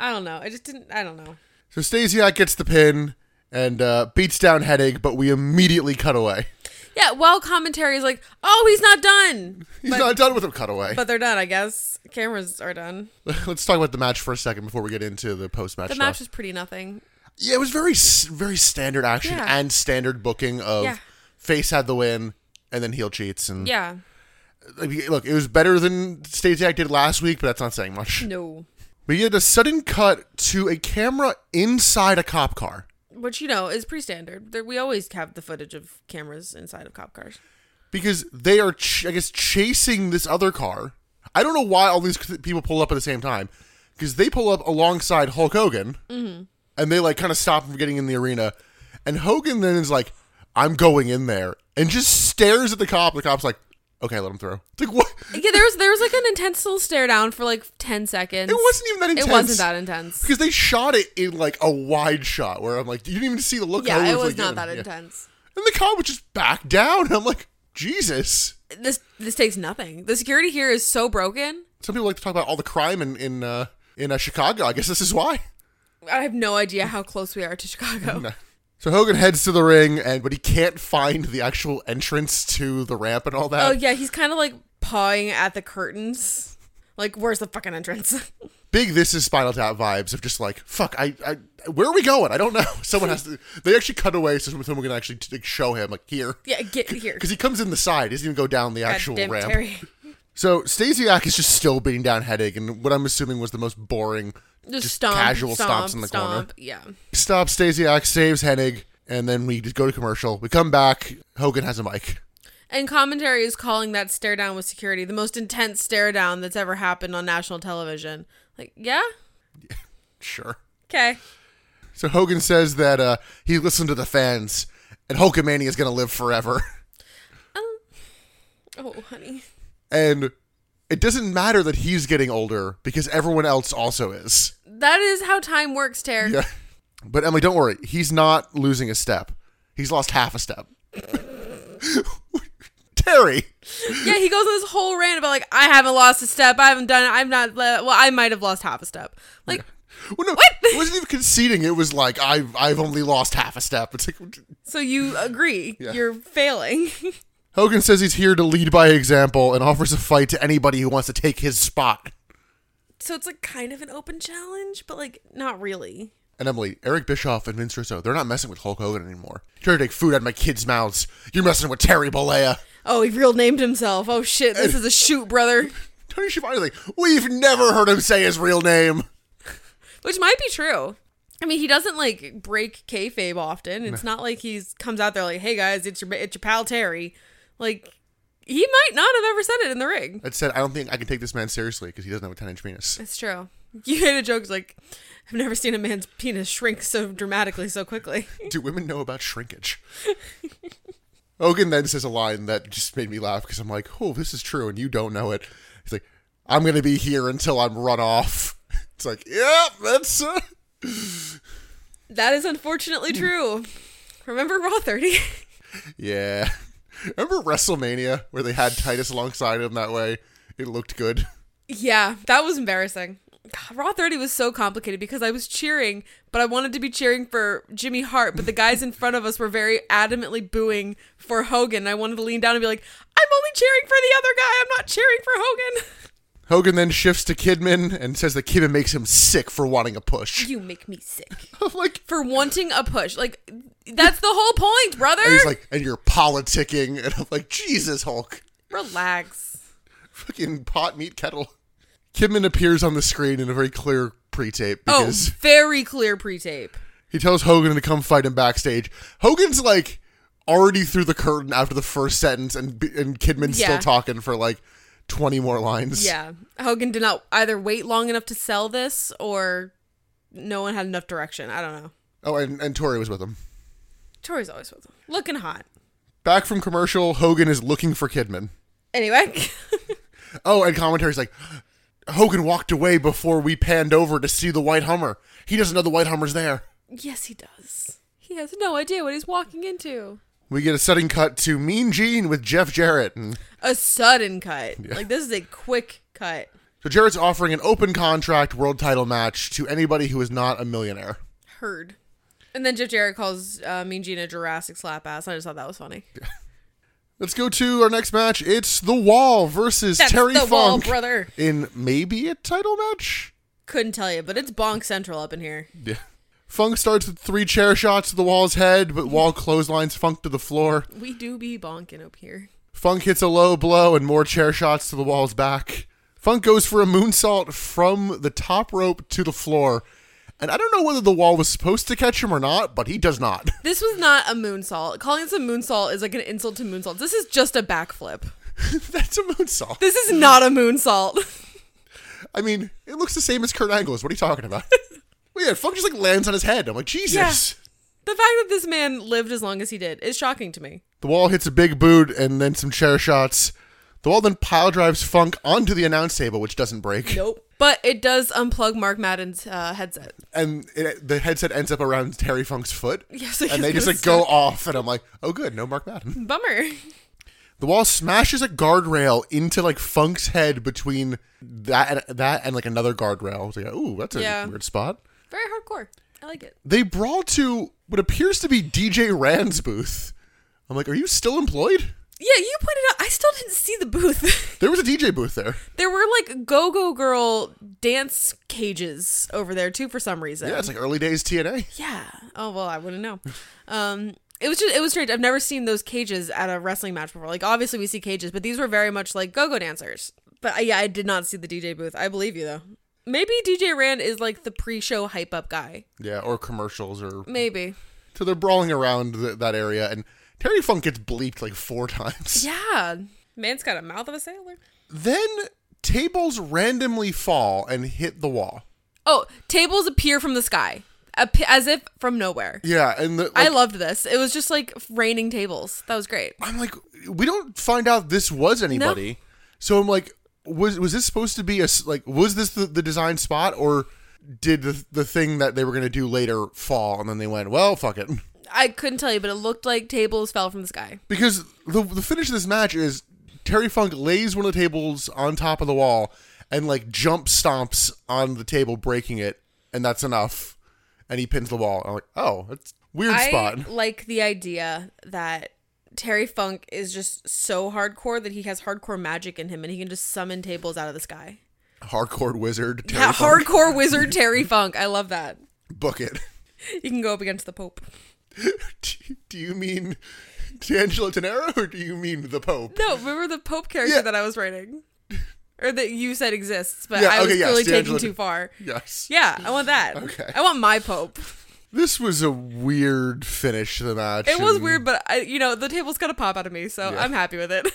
Speaker 2: I don't know. I just didn't. I don't know.
Speaker 1: So Stasiak gets the pin and uh, beats down Hennig, but we immediately cut away.
Speaker 2: Yeah, while commentary is like, oh, he's not done.
Speaker 1: He's not done with a cutaway.
Speaker 2: But they're done, I guess. Cameras are done.
Speaker 1: Let's talk about the match for a second before we get into the post match
Speaker 2: The
Speaker 1: stuff.
Speaker 2: match was pretty nothing.
Speaker 1: yeah, it was very s- very standard action
Speaker 2: Yeah.
Speaker 1: and standard booking of
Speaker 2: Yeah.
Speaker 1: face had the win and then heel cheats and
Speaker 2: Yeah.
Speaker 1: Like, look, it was better than Stage Act did last week, but that's not saying much.
Speaker 2: No.
Speaker 1: We get a sudden cut to a camera inside a cop car
Speaker 2: Which, you know, is pretty standard. There, we always have the footage of cameras inside of cop cars.
Speaker 1: because they are, ch- I guess, chasing this other car. I don't know why all these c- people pull up at the same time because they pull up alongside Hulk Hogan
Speaker 2: Mm-hmm.
Speaker 1: and they like kind of stop him from getting in the arena. And Hogan then is like, I'm going in there and just stares at the cop. The cop's like, okay, let him through. It's like, what?
Speaker 2: Yeah, there was there was like an intense little stare down for like ten seconds.
Speaker 1: It wasn't even that intense.
Speaker 2: It wasn't that intense.
Speaker 1: because they shot it in like a wide shot where I'm like, you didn't even see the look. on
Speaker 2: Yeah,
Speaker 1: her
Speaker 2: it
Speaker 1: face, like,
Speaker 2: was not that
Speaker 1: yeah.
Speaker 2: intense.
Speaker 1: And the cop would just back down. I'm like, Jesus.
Speaker 2: This this takes nothing. The security here is so broken.
Speaker 1: Some people like to talk about all the crime in in uh, in uh, Chicago. I guess this is why.
Speaker 2: I have no idea how close we are to Chicago.
Speaker 1: No. So Hogan heads to the ring, and but he can't find the actual entrance to the ramp and all
Speaker 2: Oh
Speaker 1: that.
Speaker 2: yeah, he's kind of like pawing at the curtains. Like, where's the fucking entrance?
Speaker 1: Big, this is Spinal Tap vibes of just like, fuck, I, I, where are we going? I don't know. Someone has to. They actually cut away so someone can actually t- show him like here
Speaker 2: yeah, get here.
Speaker 1: because he comes in the side. He doesn't even go down the actual
Speaker 2: Goddamn
Speaker 1: ramp.
Speaker 2: Terry.
Speaker 1: So Stasiak is just still beating down headache, and what I'm assuming was the most boring,
Speaker 2: Just,
Speaker 1: just,
Speaker 2: stomp,
Speaker 1: casual
Speaker 2: stomp,
Speaker 1: stomps in the
Speaker 2: stomp.
Speaker 1: corner.
Speaker 2: Yeah.
Speaker 1: Stops Stasiak, saves Hennig, and then we just go to commercial. We come back. Hogan has a mic.
Speaker 2: And commentary is calling that stare down with security the most intense stare down that's ever happened on national television. Like, yeah,
Speaker 1: Sure.
Speaker 2: okay.
Speaker 1: So Hogan says that uh, he listened to the fans, and Hulkamania is going to live forever.
Speaker 2: Um, oh, honey.
Speaker 1: and it doesn't matter that he's getting older because everyone else also is.
Speaker 2: That is how time works, Terry.
Speaker 1: Yeah. But Emily, don't worry. He's not losing a step. He's lost half a step. Terry.
Speaker 2: yeah, he goes on this whole rant about like I haven't lost a step, I haven't done, it, I've not. Le- well, I might have lost half a step. Like,
Speaker 1: Well, no,
Speaker 2: What?
Speaker 1: it wasn't even conceding. It was like I've I've only lost half a step. It's like
Speaker 2: so you agree you're failing?
Speaker 1: Hogan says he's here to lead by example and offers a fight to anybody who wants to take his spot.
Speaker 2: so it's like kind of an open challenge, but like not really.
Speaker 1: And Emily, Eric Bischoff and Vince Russo, they're not messing with Hulk Hogan anymore. Trying to take food out of my kids' mouths. You're messing with Terry Bollea.
Speaker 2: Oh, he real named himself. Oh shit, this is a shoot, brother.
Speaker 1: Tony Schiavone, like we've never heard him say his real name.
Speaker 2: Which might be true. I mean, he doesn't like break kayfabe often. It's not like he's comes out there like, "Hey guys, it's your it's your pal Terry." Like, he might not have ever said it in the ring.
Speaker 1: That said, I don't think I can take this man seriously because he doesn't have a 10 inch penis.
Speaker 2: That's true. You made a joke it's like, I've never seen a man's penis shrink so dramatically so quickly.
Speaker 1: Do women know about shrinkage? Hogan then says a line that just made me laugh because I'm like, oh, this is true, and you don't know it. He's like, I'm going to be here until I'm run off. It's like, yep, that's. Uh...
Speaker 2: That is unfortunately true. Remember Raw 30?
Speaker 1: Yeah. Remember WrestleMania where they had Titus alongside him that way? It looked good.
Speaker 2: yeah, that was embarrassing. God, Raw 30 was so complicated because I was cheering, but I wanted to be cheering for Jimmy Hart, but the guys in front of us were very adamantly booing for Hogan. I wanted to lean down and be like, I'm only cheering for the other guy. I'm not cheering for Hogan.
Speaker 1: Hogan then shifts to Kidman and says that Kidman makes him sick for wanting a push.
Speaker 2: You make me sick.
Speaker 1: I'm like,
Speaker 2: For wanting a push. Like, that's the whole point, brother.
Speaker 1: and he's like, and you're politicking. And I'm like, Jesus, Hulk.
Speaker 2: Relax.
Speaker 1: Fucking pot meat kettle. Kidman appears on the screen in a very clear pre tape
Speaker 2: Oh,
Speaker 1: because
Speaker 2: very clear pre-tape.
Speaker 1: he tells Hogan to come fight him backstage. Hogan's like already through the curtain after the first sentence, and, and Kidman's
Speaker 2: Yeah.
Speaker 1: still talking for like 20 more lines.
Speaker 2: Yeah, Hogan did not either wait long enough to sell this, or no one had enough direction. I don't know.
Speaker 1: Oh, and, and Tori was with him.
Speaker 2: Tori's always with him, looking hot.
Speaker 1: Back from commercial, Hogan is looking for Kidman.
Speaker 2: Anyway,
Speaker 1: Oh, and commentary's like, Hogan walked away before we panned over to see the White Hummer. He doesn't know the White Hummer's there.
Speaker 2: yes, he does. He has no idea what he's walking into.
Speaker 1: We get a sudden cut to Mean Gene with Jeff Jarrett. And
Speaker 2: A sudden cut. Like this is a quick cut.
Speaker 1: so Jarrett's offering an open contract world title match to anybody who is not a millionaire.
Speaker 2: Heard. And then Jeff Jarrett calls uh, Mean Gene a Jurassic slap ass. I just thought that was funny.
Speaker 1: Let's go to our next match. It's The Wall versus
Speaker 2: That's
Speaker 1: Terry
Speaker 2: the
Speaker 1: Funk
Speaker 2: wall, brother.
Speaker 1: in maybe a title match.
Speaker 2: Couldn't tell you, but it's bonk central up in here.
Speaker 1: Yeah. Funk starts with three chair shots to the wall's head, but Wall clotheslines Funk to the floor.
Speaker 2: We do be bonking up here.
Speaker 1: Funk hits a low blow and more chair shots to the wall's back. Funk goes for a moonsault from the top rope to the floor. And I don't know whether the wall was supposed to catch him or not, but he does not.
Speaker 2: This was not a moonsault. Calling this a moonsault is like an insult to moonsaults. This is just a backflip.
Speaker 1: That's a moonsault.
Speaker 2: This is not a moonsault.
Speaker 1: I mean, it looks the same as Kurt Angle's. What are you talking about? well, yeah, Funk just like lands on his head. I'm like, Jesus.
Speaker 2: the fact that this man lived as long as he did is shocking to me.
Speaker 1: The wall hits a big boot and then some chair shots. The wall then pile drives Funk onto the announce table, which doesn't break.
Speaker 2: Nope. But it does unplug Mark Madden's uh, headset.
Speaker 1: and it, the headset ends up around Terry Funk's foot.
Speaker 2: Yes,
Speaker 1: and
Speaker 2: he's
Speaker 1: they just
Speaker 2: gonna
Speaker 1: like go off, and I'm like, oh, good, no Mark Madden.
Speaker 2: Bummer.
Speaker 1: The wall smashes a guardrail into like Funk's head between that and, that and like another guardrail. I was like, ooh, that's a
Speaker 2: Yeah.
Speaker 1: weird spot.
Speaker 2: Very hardcore. I like it.
Speaker 1: They brawl to what appears to be DJ Rand's booth. I'm like, are you still employed?
Speaker 2: Yeah, you pointed out. I still didn't see the booth.
Speaker 1: There was a DJ booth there.
Speaker 2: there were like go go girl dance cages over there too for some reason.
Speaker 1: Yeah, it's like early days TNA.
Speaker 2: Yeah. Oh well, I wouldn't know. Um, it was just it was strange. I've never seen those cages at a wrestling match before. Like obviously we see cages, but these were very much like go-go dancers. But I, yeah, I did not see the DJ booth. I believe you though. Maybe DJ Rand is like the pre-show hype up guy.
Speaker 1: Yeah, or commercials, or
Speaker 2: Maybe.
Speaker 1: so they're brawling around th- that area, and Terry Funk gets bleeped like four times.
Speaker 2: Yeah. Man's got a mouth of a sailor.
Speaker 1: Then tables randomly fall and hit the wall.
Speaker 2: Oh, tables appear from the sky, Ap- as if from nowhere.
Speaker 1: Yeah, and the, like,
Speaker 2: I loved this. It was just like raining tables. That was great.
Speaker 1: I'm like, we don't find out this was anybody. So I'm like, was was this supposed to be a s- like was this the, the design spot or did the the thing that they were gonna do later fall and then they went well fuck it
Speaker 2: I couldn't tell you, but it looked like tables fell from the sky.
Speaker 1: because the the finish of this match is Terry Funk lays one of the tables on top of the wall and like jump stomps on the table breaking it and that's enough and he pins the wall I'm like oh that's a weird spot
Speaker 2: I like the idea that Terry Funk is just so hardcore that he has hardcore magic in him and he can just summon tables out of the sky.
Speaker 1: hardcore wizard Terry
Speaker 2: yeah,
Speaker 1: Funk,
Speaker 2: hardcore wizard Terry Funk. I love that.
Speaker 1: book it.
Speaker 2: You can go up against the Pope.
Speaker 1: Do- do you mean D'Angelo Tenero or do you mean the Pope?
Speaker 2: No, remember the Pope character
Speaker 1: Yeah.
Speaker 2: that I was writing? Or that you said exists, but
Speaker 1: Yeah,
Speaker 2: I was
Speaker 1: okay, yes,
Speaker 2: clearly taking
Speaker 1: D'Angelo-
Speaker 2: too far.
Speaker 1: Yes.
Speaker 2: Yeah, I want that.
Speaker 1: Okay.
Speaker 2: I want my Pope.
Speaker 1: This was a weird finish to the match.
Speaker 2: It was
Speaker 1: and-
Speaker 2: weird, but I, you know, the table's got to pop out of me, so
Speaker 1: Yeah.
Speaker 2: I'm happy with it.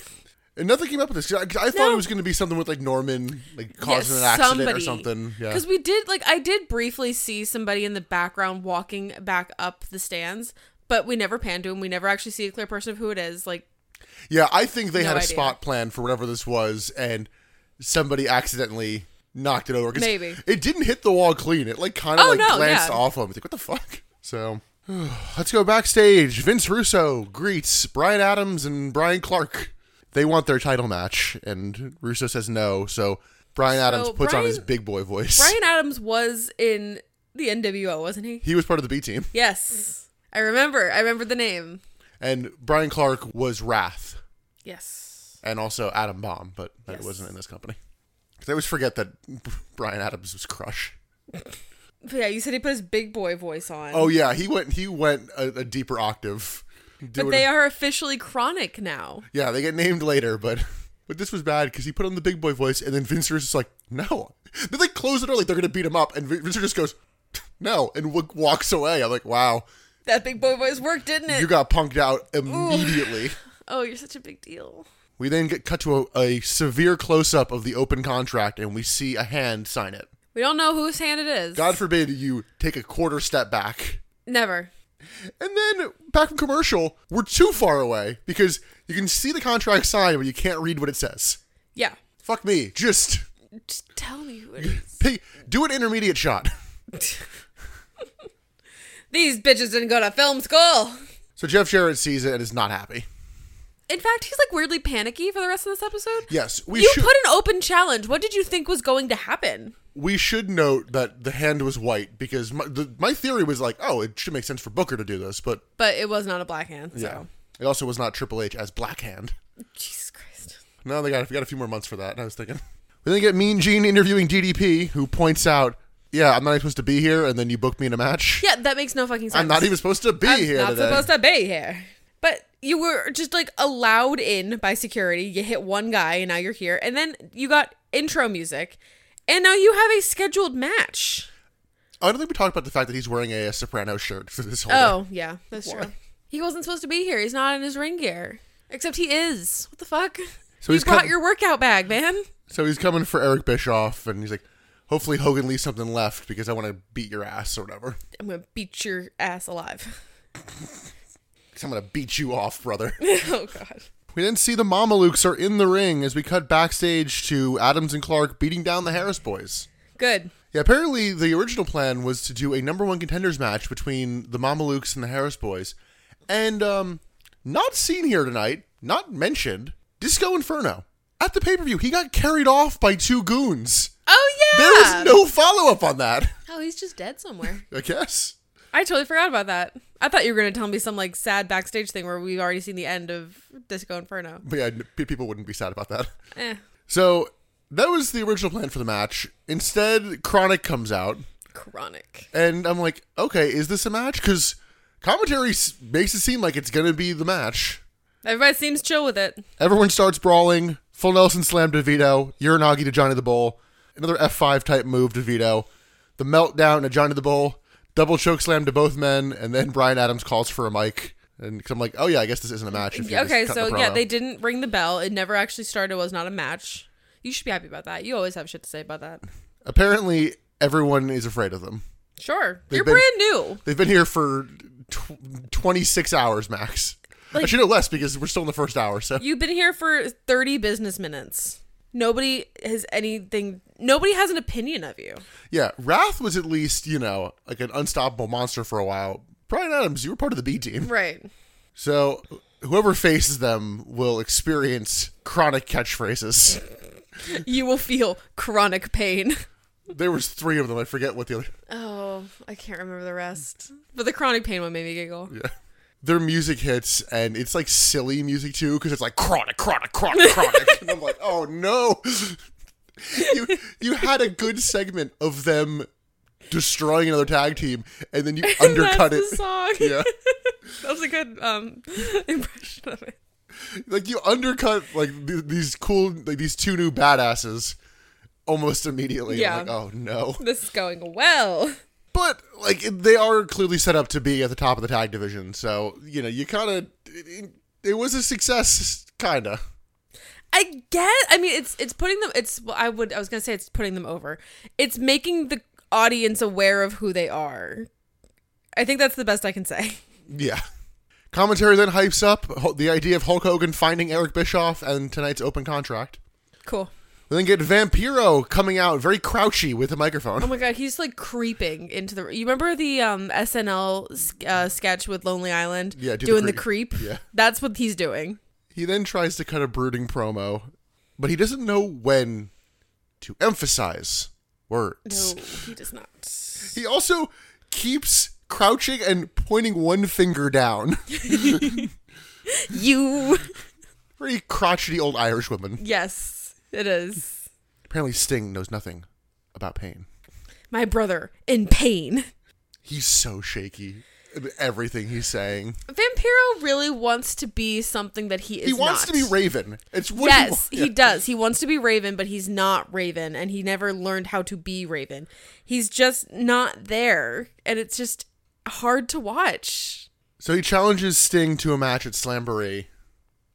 Speaker 1: And nothing came up with this. 'cause I, 'cause I thought
Speaker 2: No.
Speaker 1: it was going to be something with like Norman like causing
Speaker 2: Yes,
Speaker 1: an accident or
Speaker 2: somebody.
Speaker 1: something. Yeah.
Speaker 2: Because we did, like, I did briefly see somebody in the background walking back up the stands, but we never pan to him. We never actually see a clear person of who it is. Like,
Speaker 1: Yeah, I think they
Speaker 2: No
Speaker 1: had a
Speaker 2: idea.
Speaker 1: spot plan for whatever this was and somebody accidentally knocked it over. 'Cause
Speaker 2: Maybe.
Speaker 1: It didn't hit the wall clean. It like kind of
Speaker 2: Oh,
Speaker 1: like
Speaker 2: no,
Speaker 1: glanced
Speaker 2: yeah.
Speaker 1: off him. It's like, what the fuck? So let's go backstage. Vince Russo greets Brian Adams and Brian Clark. They want their title match, and Russo says no, so Brian Adams puts on his
Speaker 2: Brian-
Speaker 1: big boy voice.
Speaker 2: Brian Adams was in the NWO, wasn't he?
Speaker 1: he was part of the B team,
Speaker 2: Yes. I remember. I remember the name.
Speaker 1: and Brian Clark was Wrath.
Speaker 2: Yes.
Speaker 1: and also Adam Bomb, but that
Speaker 2: Yes.
Speaker 1: wasn't in this company. 'Cause I always forget that Brian Adams was Crush.
Speaker 2: But yeah, you said he put his big boy voice on.
Speaker 1: Oh yeah, he went he went a, a deeper octave.
Speaker 2: but
Speaker 1: Doing-
Speaker 2: they are officially chronic now.
Speaker 1: yeah, they get named later, but but this was bad because he put on the big boy voice, and then Vince Russo just like, no. They like close the door like they're gonna beat him up, and Vin- Vince Russo just goes, no, and w- walks away. I'm like, wow,
Speaker 2: That big boy voice worked, didn't it?
Speaker 1: you got punked out immediately.
Speaker 2: oh, you're such a big deal.
Speaker 1: We then get cut to a, a severe close up of the open contract, and we see a hand sign it.
Speaker 2: We don't know whose hand it is.
Speaker 1: God forbid you take a quarter step back.
Speaker 2: Never.
Speaker 1: And then back from commercial, we're too far away because you can see the contract signed, but you can't read what it says.
Speaker 2: Yeah.
Speaker 1: Fuck me. Just
Speaker 2: Just tell me who it is.
Speaker 1: pick, do an intermediate shot.
Speaker 2: These bitches didn't go to film school.
Speaker 1: So Jeff Jarrett sees it and is not happy.
Speaker 2: In fact, he's like weirdly panicky for the rest of this episode.
Speaker 1: Yes, we
Speaker 2: You
Speaker 1: should
Speaker 2: put an open challenge. What did you think was going to happen?
Speaker 1: we should note that the hand was white because my, the, my theory was like, oh, it should make sense for Booker to do this, but
Speaker 2: But it was not a black hand, so.
Speaker 1: yeah, It also was not Triple H as Black Hand.
Speaker 2: Jesus Christ.
Speaker 1: No, they got we got a few more months for that. I was thinking. We then get Mean Gene interviewing DDP, who points out, "Yeah, I'm not even supposed to be here," and then you book me in a match.
Speaker 2: Yeah, that makes no fucking sense.
Speaker 1: I'm not even supposed to be
Speaker 2: I'm
Speaker 1: here
Speaker 2: Not
Speaker 1: today.
Speaker 2: supposed to be here. But you were just like allowed in by security. You hit one guy, and now you're here. And then you got intro music, and now you have a scheduled match.
Speaker 1: I don't think we talked about the fact that he's wearing a, soprano shirt for this whole.
Speaker 2: Oh yeah, that's true. He wasn't supposed to be here. He's not in his ring gear. Except he is. What the fuck?
Speaker 1: So
Speaker 2: you
Speaker 1: he's
Speaker 2: brought
Speaker 1: come-
Speaker 2: your workout bag, man.
Speaker 1: So he's coming for Eric Bischoff, and he's like, "Hopefully Hogan leaves something left because I want to beat your ass or whatever.
Speaker 2: I'm gonna beat your ass alive.
Speaker 1: 'Cause I'm gonna beat you off, brother."
Speaker 2: oh god.
Speaker 1: we then see the Mamalukes are in the ring as we cut backstage to Adams and Clark beating down the Harris Boys.
Speaker 2: Good.
Speaker 1: Yeah, apparently the original plan was to do a number one contenders match between the Mamalukes and the Harris Boys, and um, not seen here tonight, not mentioned. Disco Inferno at the pay per view, he got carried off by two goons.
Speaker 2: Oh yeah.
Speaker 1: There is no follow up on that.
Speaker 2: Oh, he's just dead somewhere.
Speaker 1: I guess.
Speaker 2: I totally forgot about that. I thought you were gonna tell me some like sad backstage thing where we've already seen the end of Disco Inferno.
Speaker 1: But yeah, n- pe- people wouldn't be sad about that.
Speaker 2: Eh.
Speaker 1: So that was the original plan for the match. Instead, Chronic comes out,
Speaker 2: Chronic.
Speaker 1: and I'm like, okay, is this a match? Because commentary s- makes it seem like it's going to be the match.
Speaker 2: Everybody seems chill with it.
Speaker 1: Everyone starts brawling. Full Nelson slam to Vito. Uranagi to Johnny the Bull. Another F5 type move to Vito. The meltdown to Johnny the Bull. Double choke slam to both men, and then Brian Adams calls for a mic. And i I'm like, oh yeah, I guess this isn't a match. if you
Speaker 2: Okay,
Speaker 1: just cut
Speaker 2: so
Speaker 1: the
Speaker 2: yeah,
Speaker 1: promo.
Speaker 2: they didn't ring the bell. It never actually started. It was not a match. You should be happy about that. You always have shit to say about that.
Speaker 1: apparently everyone is afraid of them.
Speaker 2: Sure. You're
Speaker 1: been-
Speaker 2: brand new.
Speaker 1: They've been here for tw- 26 hours max. I should know less because we're still in the first hour. So
Speaker 2: You've been here for 30 business minutes. Nobody has anything, nobody has an opinion of you.
Speaker 1: yeah, Wrath was at least you know like an unstoppable monster for a while. Brian Adams, you were part of the B team,
Speaker 2: Right.
Speaker 1: so whoever faces them will experience chronic catchphrases.
Speaker 2: You will feel chronic pain.
Speaker 1: there was three of them. I forget what the other.
Speaker 2: Oh, I can't remember the rest. But the chronic pain one made me giggle.
Speaker 1: Yeah. Their music hits, and it's like silly music too, because it's like chronic, chronic, chronic, chronic. and I'm like, oh no. you you had a good segment of them destroying another tag team, and then you undercut it.
Speaker 2: That's the song.
Speaker 1: Yeah,
Speaker 2: That was a good um, impression of it.
Speaker 1: like you undercut like th- these cool, like these two new badasses almost immediately. I'm
Speaker 2: Yeah.
Speaker 1: like, oh no.
Speaker 2: This is going well.
Speaker 1: But like they are clearly set up to be at the top of the tag division, so you know you kind of it, it was a success, kinda.
Speaker 2: I get. I mean, it's it's putting them. It's well, I would. I was gonna say it's putting them over. It's making the audience aware of who they are. I think that's the best I can say.
Speaker 1: Yeah. Commentary then hypes up Hul- the idea of Hulk Hogan finding Eric Bischoff and tonight's open contract.
Speaker 2: Cool.
Speaker 1: We then get Vampiro coming out very crouchy with a
Speaker 2: Oh
Speaker 1: microphone.
Speaker 2: my god, he's like creeping into the. You remember the um SNL uh, sketch with Lonely Island?
Speaker 1: Yeah, do the
Speaker 2: doing the
Speaker 1: creep.
Speaker 2: creep.
Speaker 1: Yeah.
Speaker 2: that's what he's doing.
Speaker 1: He then tries to cut a brooding promo, but he doesn't know when to emphasize words.
Speaker 2: No, he does not.
Speaker 1: He also keeps crouching and pointing one finger down.
Speaker 2: You.
Speaker 1: Very crotchety old Irish woman.
Speaker 2: Yes, it is.
Speaker 1: Apparently, Sting knows nothing about pain.
Speaker 2: My brother in pain.
Speaker 1: He's so shaky. in Everything he's saying.
Speaker 2: Vampiro really wants to be something that he is.
Speaker 1: he wants
Speaker 2: not.
Speaker 1: to be Raven. It's what he
Speaker 2: yes,
Speaker 1: wa-
Speaker 2: he,
Speaker 1: Yeah.
Speaker 2: does. He wants to be Raven, but he's not Raven, and he never learned how to be Raven. He's just not there, and it's just hard to watch.
Speaker 1: So he challenges Sting to a match at Slamboree.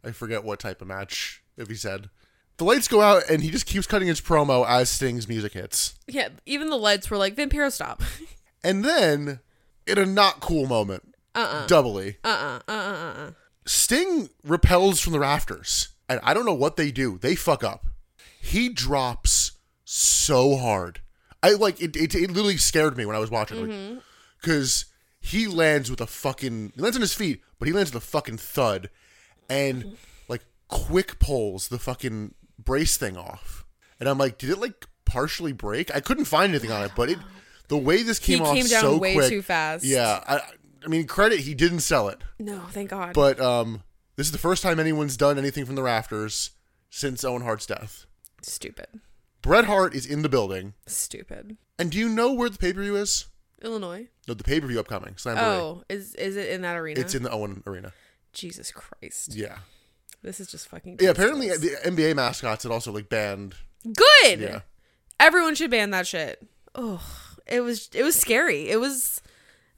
Speaker 1: I forget what type of match, if he said. The lights go out and he just keeps cutting his promo as Sting's music hits.
Speaker 2: Yeah, even the lights were like Vampiro, stop.
Speaker 1: And then, in a not cool moment, doubly,
Speaker 2: Uh uh-uh, uh uh uh uh.
Speaker 1: Sting repels from the rafters. And I don't know what they do. They fuck up. He drops so hard. I like it, it, it literally scared me when I was
Speaker 2: Mm-hmm.
Speaker 1: watching. Because he lands with a fucking. He lands on his feet, but he lands with a fucking thud. And like quick pulls the fucking brace thing off. And I'm like, did it like partially break? I couldn't find anything on it, but it. The way this came
Speaker 2: He
Speaker 1: off
Speaker 2: came down
Speaker 1: so
Speaker 2: way
Speaker 1: quick-
Speaker 2: too fast.
Speaker 1: Yeah, I, I mean, credit he didn't sell it
Speaker 2: No, thank God.
Speaker 1: but um This is the first time anyone's done anything from the rafters since Owen Hart's death.
Speaker 2: Stupid.
Speaker 1: Bret Hart is in the building.
Speaker 2: Stupid.
Speaker 1: And do you know where the pay per view is?
Speaker 2: Illinois.
Speaker 1: No, the pay per view upcoming. Slamboree.
Speaker 2: Oh, is is it in that arena?
Speaker 1: It's in the Owen Arena.
Speaker 2: Jesus Christ.
Speaker 1: Yeah.
Speaker 2: This is just fucking.
Speaker 1: Yeah, apparently
Speaker 2: ridiculous.
Speaker 1: the NBA mascots had also like banned.
Speaker 2: Good.
Speaker 1: Yeah.
Speaker 2: Everyone should ban that shit. Ugh. It was it was scary. It was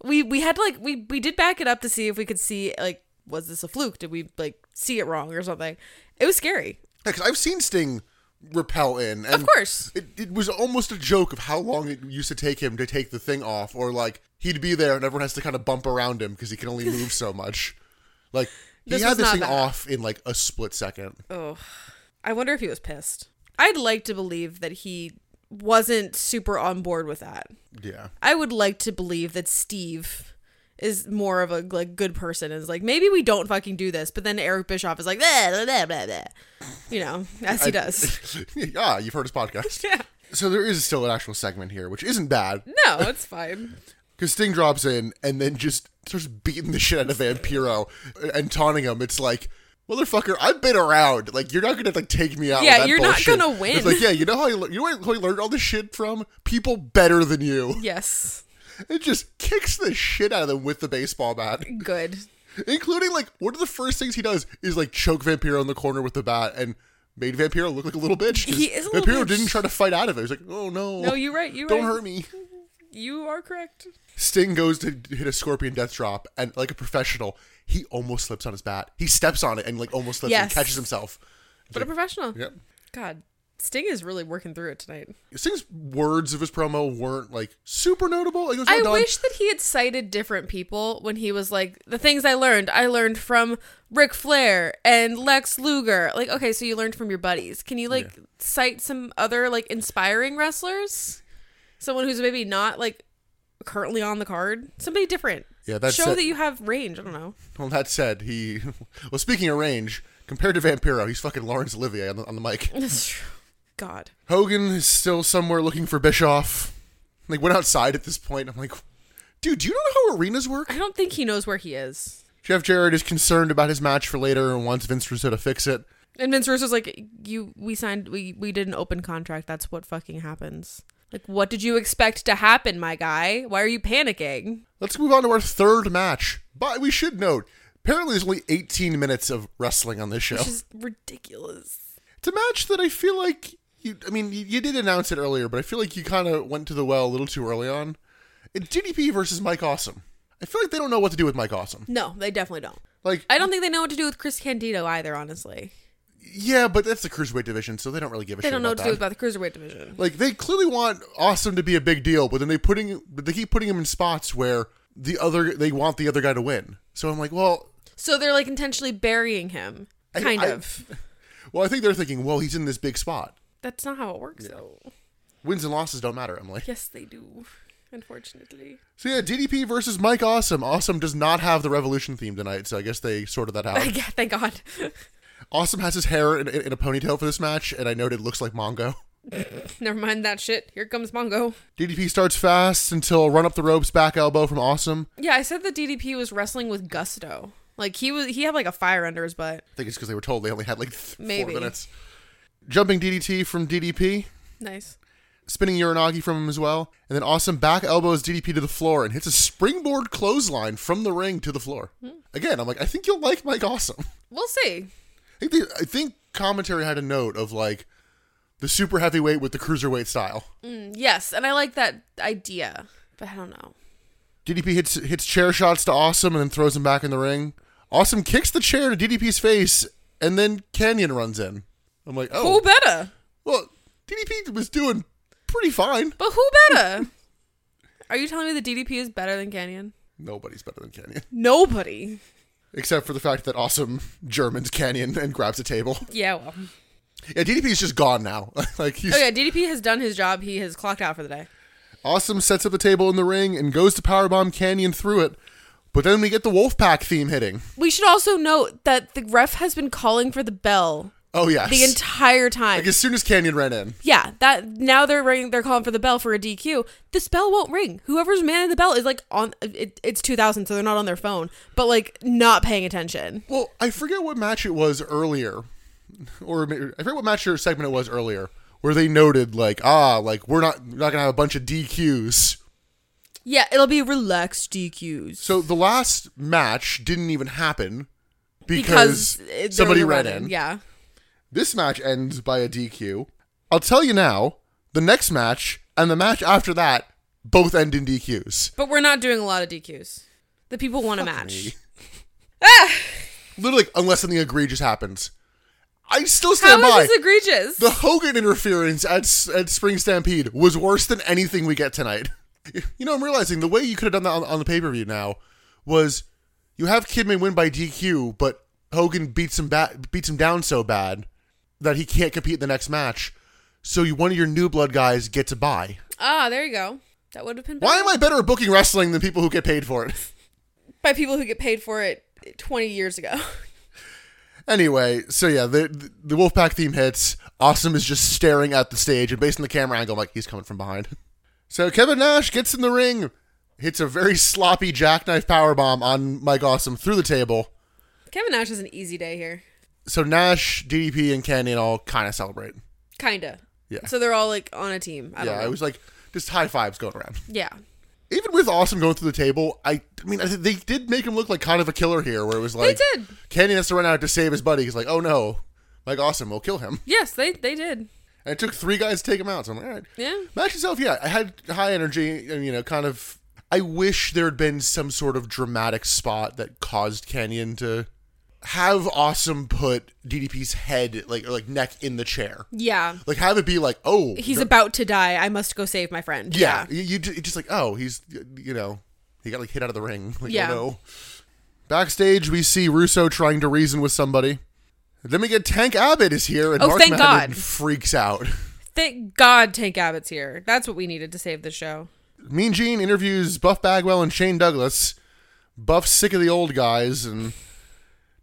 Speaker 2: we we had to, like we we did back it up to see if we could see like was this a fluke? Did we like see it wrong or something? It was scary.
Speaker 1: Because I've seen Sting repel in. And
Speaker 2: Of course.
Speaker 1: It, it was almost a joke of how long it used to take him to take the thing off, or like he'd be there and everyone has to kind of bump around him because he can only move so much. Like he
Speaker 2: This
Speaker 1: had
Speaker 2: was
Speaker 1: this
Speaker 2: not
Speaker 1: thing
Speaker 2: that.
Speaker 1: off in like a split second.
Speaker 2: Oh. I wonder if he was pissed. I'd like to believe that he wasn't super on board with that.
Speaker 1: Yeah,
Speaker 2: I would like to believe that Steve is more of a like good person and is like maybe we don't fucking do this but then Eric Bischoff is like blah, blah, blah, blah, blah. you know as he does
Speaker 1: yeah. You've heard his podcast,
Speaker 2: yeah
Speaker 1: so there is still an actual segment here, which isn't bad
Speaker 2: no it's fine
Speaker 1: because Sting drops in and then just starts beating the shit out of Vampiro and taunting him. It's like. Motherfucker, I've been around. Like, you're not gonna like take me out.
Speaker 2: Yeah,
Speaker 1: with that
Speaker 2: you're not
Speaker 1: bullshit."
Speaker 2: gonna win.
Speaker 1: It's like, yeah, you know how you, le- you know where- how you learned all this shit from? People better than you.
Speaker 2: yes
Speaker 1: It just kicks the shit out of them with the baseball bat.
Speaker 2: good
Speaker 1: Including, like, one of the first things he does is, like, choke Vampiro in the corner with the bat and made Vampiro look like a little bitch. 'cause
Speaker 2: He is a little
Speaker 1: Vampiro
Speaker 2: bitch.
Speaker 1: didn't try to fight out of it. He was like, oh no.
Speaker 2: no you're right you're
Speaker 1: Don't
Speaker 2: right.
Speaker 1: hurt me.
Speaker 2: you are correct
Speaker 1: Sting goes to hit a scorpion death drop, and, like a professional, he almost slips on his bat. He steps on it and, like, almost slips and
Speaker 2: Yes.
Speaker 1: catches himself.
Speaker 2: but a professional
Speaker 1: Yep.
Speaker 2: god Sting is really working through it tonight
Speaker 1: Sting's words of his promo weren't, like, super notable. Like, it was well
Speaker 2: I
Speaker 1: done.
Speaker 2: wish that he had cited different people when he was like, the things I learned, I learned from Ric Flair and Lex Luger. Like, okay, so you learned from your buddies. Can you like cite some other like inspiring wrestlers? Someone who's maybe not like currently on the card? Somebody different.
Speaker 1: Yeah, that's
Speaker 2: Show
Speaker 1: it.
Speaker 2: that you have range. I don't know.
Speaker 1: Well, that said, he. Well, speaking of range, compared to Vampiro, he's fucking Lawrence Olivier on the, on the mic.
Speaker 2: That's true. God.
Speaker 1: Hogan is still somewhere looking for Bischoff. Like, went outside at this point. I'm like, dude, do you know how arenas work?
Speaker 2: I don't think he knows where he is.
Speaker 1: Jeff Jarrett is concerned about his match for later and wants Vince Russo to fix it.
Speaker 2: And Vince Russo's like, you, we signed, we, we did an open contract. That's what fucking happens. Like, what did you expect to happen, my guy? Why are you panicking?
Speaker 1: Let's move on to our third match. But we should note, apparently there's only 18 minutes of wrestling on this show.
Speaker 2: Which is ridiculous.
Speaker 1: It's a match that I feel like you. I mean, you, you did announce it earlier, but I feel like you kind of went to the well a little too early on. It's DDP versus Mike Awesome. I feel like they don't know what to do with Mike Awesome.
Speaker 2: No, they definitely don't.
Speaker 1: Like,
Speaker 2: I don't think they know what to do with Chris Candido either, honestly.
Speaker 1: yeah, but that's the cruiserweight division, so they don't really give a
Speaker 2: They
Speaker 1: shit
Speaker 2: don't know
Speaker 1: about
Speaker 2: what to
Speaker 1: that.
Speaker 2: do about the cruiserweight division.
Speaker 1: like, they clearly want Awesome to be a big deal, but then they putting, but they keep putting him in spots where the other they want the other guy to win. So I'm like, well,
Speaker 2: So they're like intentionally burying him.
Speaker 1: I-
Speaker 2: Kind
Speaker 1: I-
Speaker 2: of.
Speaker 1: well, I think they're thinking, well, he's in this big spot.
Speaker 2: That's not how it works, though.
Speaker 1: Wins and losses don't matter, Emily.
Speaker 2: Yes, they do. Unfortunately.
Speaker 1: So yeah, DDP versus Mike Awesome. Awesome does not have the Revolution theme tonight, so I guess they sorted that out.
Speaker 2: Yeah, thank God.
Speaker 1: Awesome has his hair in, in, in a ponytail for this match, and I noted it looks like Mongo.
Speaker 2: Never mind that shit. Here comes Mongo.
Speaker 1: DDP starts fast until run up the ropes back elbow from Awesome.
Speaker 2: Yeah, I said that DDP was wrestling with gusto. Like he was, he had like a fire under his butt.
Speaker 1: I think it's because they were told they only had like th-
Speaker 2: Maybe.
Speaker 1: four minutes. Jumping DDT from DDP,
Speaker 2: Nice.
Speaker 1: spinning Uranagi from him as well, and then Awesome back elbows DDP to the floor and hits a springboard clothesline from the ring to the floor. Again, I'm like, I think you'll like Mike Awesome.
Speaker 2: We'll see.
Speaker 1: I think, they, I think commentary had a note of like the super heavyweight with the cruiserweight style.
Speaker 2: Mm, Yes, and I like that idea, but I don't know.
Speaker 1: DDP hits hits chair shots to Awesome and then throws him back in the ring. Awesome kicks the chair to DDP's face and then Canyon runs in. I'm like,
Speaker 2: Who
Speaker 1: oh,
Speaker 2: better?
Speaker 1: well, DDP was doing pretty fine.
Speaker 2: But who better? Are you telling me the DDP is better than Canyon?
Speaker 1: Nobody's better than Canyon,
Speaker 2: Nobody.
Speaker 1: except for the fact that Awesome Germans Canyon and grabs a table.
Speaker 2: Yeah, well.
Speaker 1: Yeah, DDP's just gone now. like he's
Speaker 2: Oh yeah, DDP has done his job. He has clocked out for the day.
Speaker 1: Awesome sets up the table in the ring and goes to powerbomb Canyon through it. But then we get the Wolfpack theme hitting.
Speaker 2: We should also note that the ref has been calling for the bell
Speaker 1: Oh yes.
Speaker 2: the entire time.
Speaker 1: like as soon as Canyon ran in,
Speaker 2: yeah, that now they're ringing. They're calling for the bell for a DQ. This bell won't ring. Whoever's manning the bell is like on. It, it's 2000, so they're not on their phone, but like not paying attention.
Speaker 1: Well, I forget what match it was earlier, or maybe- I forget what match or segment it was earlier, where they noted like, ah, like we're not we're not gonna have a bunch of DQs.
Speaker 2: Yeah, it'll be relaxed DQs.
Speaker 1: So the last match didn't even happen because,
Speaker 2: Because, uh, it- they
Speaker 1: somebody
Speaker 2: were
Speaker 1: ran
Speaker 2: running,
Speaker 1: in.
Speaker 2: Yeah.
Speaker 1: This match ends by a DQ. I'll tell you now, the next match and the match after that both end in DQs.
Speaker 2: But we're not doing a lot of DQs. The people want a match. Ah!
Speaker 1: Literally, unless something egregious happens. I still
Speaker 2: How
Speaker 1: stand by.
Speaker 2: is this egregious?
Speaker 1: The Hogan interference at at Spring Stampede was worse than anything we get tonight. You know, I'm realizing the way you could have done that on, on the pay per view now was you have Kidman win by DQ, but Hogan beats him back, beats him down so bad that he can't compete in the next match. So you, one of your new blood guys gets a buy.
Speaker 2: ah, there you go. That would have been
Speaker 1: Why
Speaker 2: better.
Speaker 1: am I better at booking wrestling than people who get paid for it?
Speaker 2: by people who get paid for it 20 years ago.
Speaker 1: Anyway, so yeah, the the Wolfpack theme hits. Awesome is just staring at the stage, and based on the camera angle, I'm like, he's coming from behind. So Kevin Nash gets in the ring, hits a very sloppy jackknife powerbomb on Mike Awesome through the table.
Speaker 2: Kevin Nash is an easy day here.
Speaker 1: So Nash, DDP, and Canyon all kind of celebrate.
Speaker 2: Kinda.
Speaker 1: Yeah.
Speaker 2: So they're all like on a team. I don't
Speaker 1: yeah,
Speaker 2: know.
Speaker 1: it was like just high fives going around.
Speaker 2: yeah.
Speaker 1: Even with Awesome going through the table, I, I mean, I think they did make him look like kind of a killer here, where it was like
Speaker 2: did.
Speaker 1: Canyon has to run out to save his buddy. He's like, oh no, Mike Awesome will kill him.
Speaker 2: Yes, they they did.
Speaker 1: And it took three guys to take him out. So I'm like, all right.
Speaker 2: Yeah.
Speaker 1: Match itself, yeah, I had high energy and, you know, kind of. I wish there had been some sort of dramatic spot that caused Canyon to have Awesome put DDP's head, like, or like neck in the chair.
Speaker 2: Yeah.
Speaker 1: Like, have it be like, oh.
Speaker 2: He's
Speaker 1: no-
Speaker 2: about to die. I must go save my friend.
Speaker 1: Yeah. You, you ju- just like, oh, he's, you know, he got like hit out of the ring. Like,
Speaker 2: Yeah.
Speaker 1: oh no. Backstage, we see Russo trying to reason with somebody. Then we get Tank Abbott is here, and
Speaker 2: Oh,
Speaker 1: Mark
Speaker 2: thank
Speaker 1: Madden
Speaker 2: God.
Speaker 1: freaks out.
Speaker 2: Thank God Tank Abbott's here. That's what we needed to save the show.
Speaker 1: Mean Gene interviews Buff Bagwell and Shane Douglas. Buff's sick of the old guys, and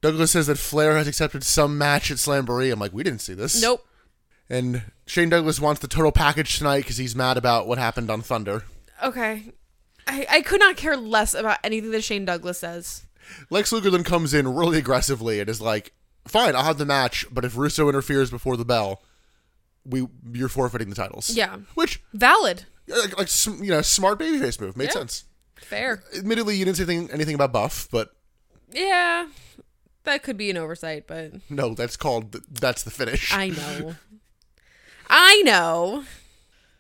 Speaker 1: Douglas says that Flair has accepted some match at Slamboree. I'm like, we didn't see this.
Speaker 2: Nope.
Speaker 1: And Shane Douglas wants the total package tonight because he's mad about what happened on Thunder.
Speaker 2: Okay. I, I could not care less about anything that Shane Douglas says.
Speaker 1: Lex Luger then comes in really aggressively and is like, fine, I'll have the match, but if Russo interferes before the bell, we you're forfeiting the titles.
Speaker 2: Yeah.
Speaker 1: Which, uh,
Speaker 2: Valid.
Speaker 1: like, like sm- you know, smart babyface move. Made
Speaker 2: Yeah.
Speaker 1: sense.
Speaker 2: Fair.
Speaker 1: Admittedly, you didn't say anything, anything about Buff, but
Speaker 2: Yeah. That could be an oversight, but
Speaker 1: No, that's called that's the finish.
Speaker 2: I know. I know.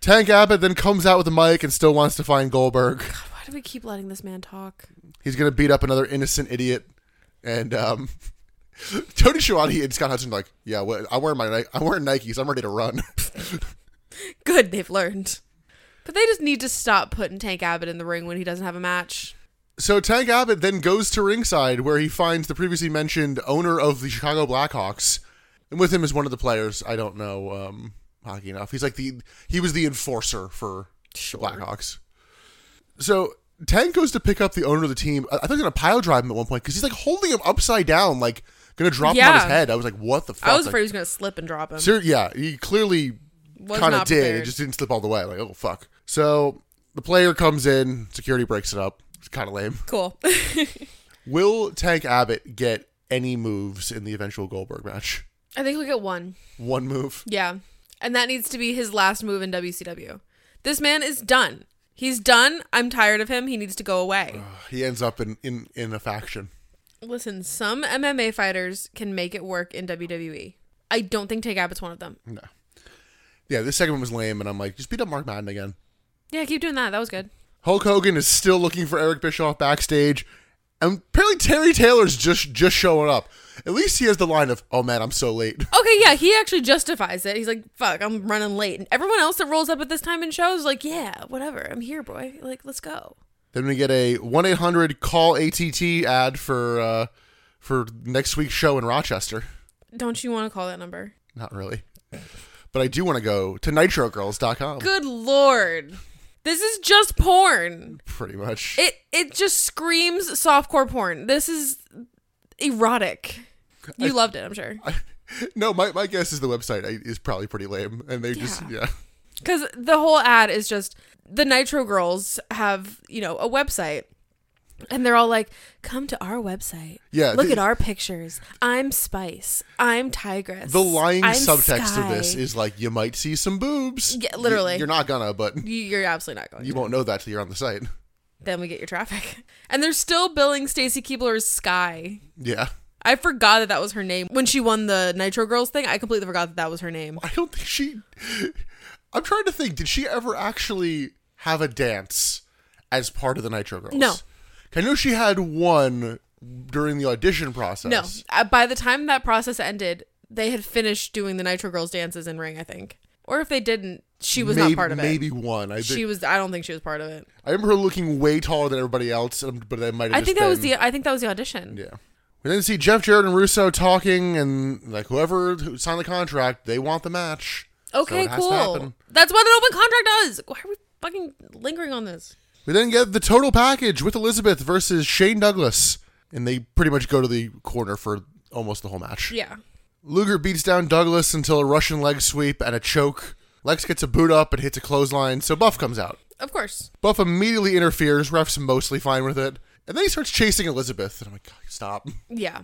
Speaker 1: Tank Abbott then comes out with a mic and still wants to find Goldberg.
Speaker 2: Why do we keep letting this man talk?
Speaker 1: He's gonna beat up another innocent idiot, and um, Tony Schiavone and Scott Hudson are like, yeah, well, I'm wearing my Ni- I'm wearing Nikes. I'm ready to run.
Speaker 2: Good, they've learned. But they just need to stop putting Tank Abbott in the ring when he doesn't have a match.
Speaker 1: so Tank Abbott then goes to ringside where he finds the previously mentioned owner of the Chicago Blackhawks, and with him is one of the players. I don't know um, hockey enough. He's like the he was the enforcer for
Speaker 2: Sure.
Speaker 1: the Blackhawks. So Tank goes to pick up the owner of the team. I I thought he was gonna pile drive him at one point because he's like holding him upside down, like gonna drop him on
Speaker 2: Yeah.
Speaker 1: his head. I was like, what the fuck?
Speaker 2: I was
Speaker 1: Like,
Speaker 2: afraid he was going to slip and drop him.
Speaker 1: ser- yeah, he clearly
Speaker 2: Was
Speaker 1: kind of
Speaker 2: not
Speaker 1: did. It
Speaker 2: prepared.
Speaker 1: just didn't slip all the way. Like, oh fuck. So the player comes in, security breaks it up. It's kind of lame.
Speaker 2: Cool.
Speaker 1: Will Tank Abbott get any moves in the eventual Goldberg match?
Speaker 2: I think he'll get one.
Speaker 1: One move.
Speaker 2: Yeah. And that needs to be his last move in WCW. This man is done. He's done. I'm tired of him. He needs to go away.
Speaker 1: He ends up in in in a faction.
Speaker 2: Listen, some MMA fighters can make it work in WWE. I don't think Tank Abbott's one of them.
Speaker 1: No. Yeah, this segment was lame, and I'm like, just beat up Mark Madden again.
Speaker 2: Yeah, keep doing that. That was good.
Speaker 1: Hulk Hogan is still looking for Eric Bischoff backstage, and apparently Terry Taylor's just just showing up. At least he has the line of, "Oh man, I'm so late."
Speaker 2: Okay, yeah, he actually justifies it. He's like, "Fuck, I'm running late." And everyone else that rolls up at this time in shows is like, "Yeah, whatever. I'm here, boy. Like, let's go."
Speaker 1: Then we get a one eight hundred call ATT ad for uh, for next week's show in Rochester.
Speaker 2: Don't you want to call that number?
Speaker 1: Not really, but I do want to go to NitroGirls.com.
Speaker 2: Good lord. This is just porn.
Speaker 1: Pretty much.
Speaker 2: It it just screams softcore porn. This is erotic. You loved it, I'm sure.
Speaker 1: I, No, my, my guess is the website I- is probably pretty lame, and they just yeah.
Speaker 2: Because the whole ad is just the Nitro Girls have, you know, a website. And they're all like, come to our website.
Speaker 1: Yeah,
Speaker 2: Look
Speaker 1: the-
Speaker 2: at our pictures. I'm Spice. I'm Tigress.
Speaker 1: The lying
Speaker 2: I'm
Speaker 1: subtext of this
Speaker 2: Sky."
Speaker 1: is like you might see some boobs.
Speaker 2: Yeah, literally.
Speaker 1: You, are not gonna, but
Speaker 2: You- You're absolutely not going.
Speaker 1: you
Speaker 2: to.
Speaker 1: won't know that till you're on the site.
Speaker 2: Then we get your traffic. And they're still billing Stacy Keebler as Sky.
Speaker 1: Yeah,
Speaker 2: I forgot that that was her name. When she won the Nitro Girls thing, I completely forgot that that was her name.
Speaker 1: I don't think she. I'm trying to think. Did she ever actually have a dance as part of the Nitro Girls?
Speaker 2: No.
Speaker 1: I know she had one during the audition process.
Speaker 2: No. Uh, By the time that process ended, they had finished doing the Nitro Girls dances in Ring, I think. Or if they didn't, she was
Speaker 1: maybe,
Speaker 2: not part of it.
Speaker 1: Maybe one. I, think,
Speaker 2: She was. I don't think she was part of it.
Speaker 1: I remember her looking way taller than everybody else, um, but that might. Have
Speaker 2: I
Speaker 1: just
Speaker 2: think that was
Speaker 1: been-
Speaker 2: the. I think that was the audition.
Speaker 1: Yeah. We then see Jeff Jarrett and Russo talking, and like whoever who signed the contract, they want the match. So
Speaker 2: Okay,
Speaker 1: it has to
Speaker 2: cool.
Speaker 1: happen.
Speaker 2: That's what an open contract does. Why are we fucking lingering on this?
Speaker 1: We then get the total package with Elizabeth versus Shane Douglas, and they pretty much go to the corner for almost the whole match.
Speaker 2: Yeah.
Speaker 1: Luger beats down Douglas until a Russian leg sweep and a choke. Lex gets a boot up and hits a clothesline, so Buff comes out.
Speaker 2: Of course.
Speaker 1: Buff immediately interferes, ref's mostly fine with it, and then he starts chasing Elizabeth, and I'm like, "God, stop.
Speaker 2: Yeah.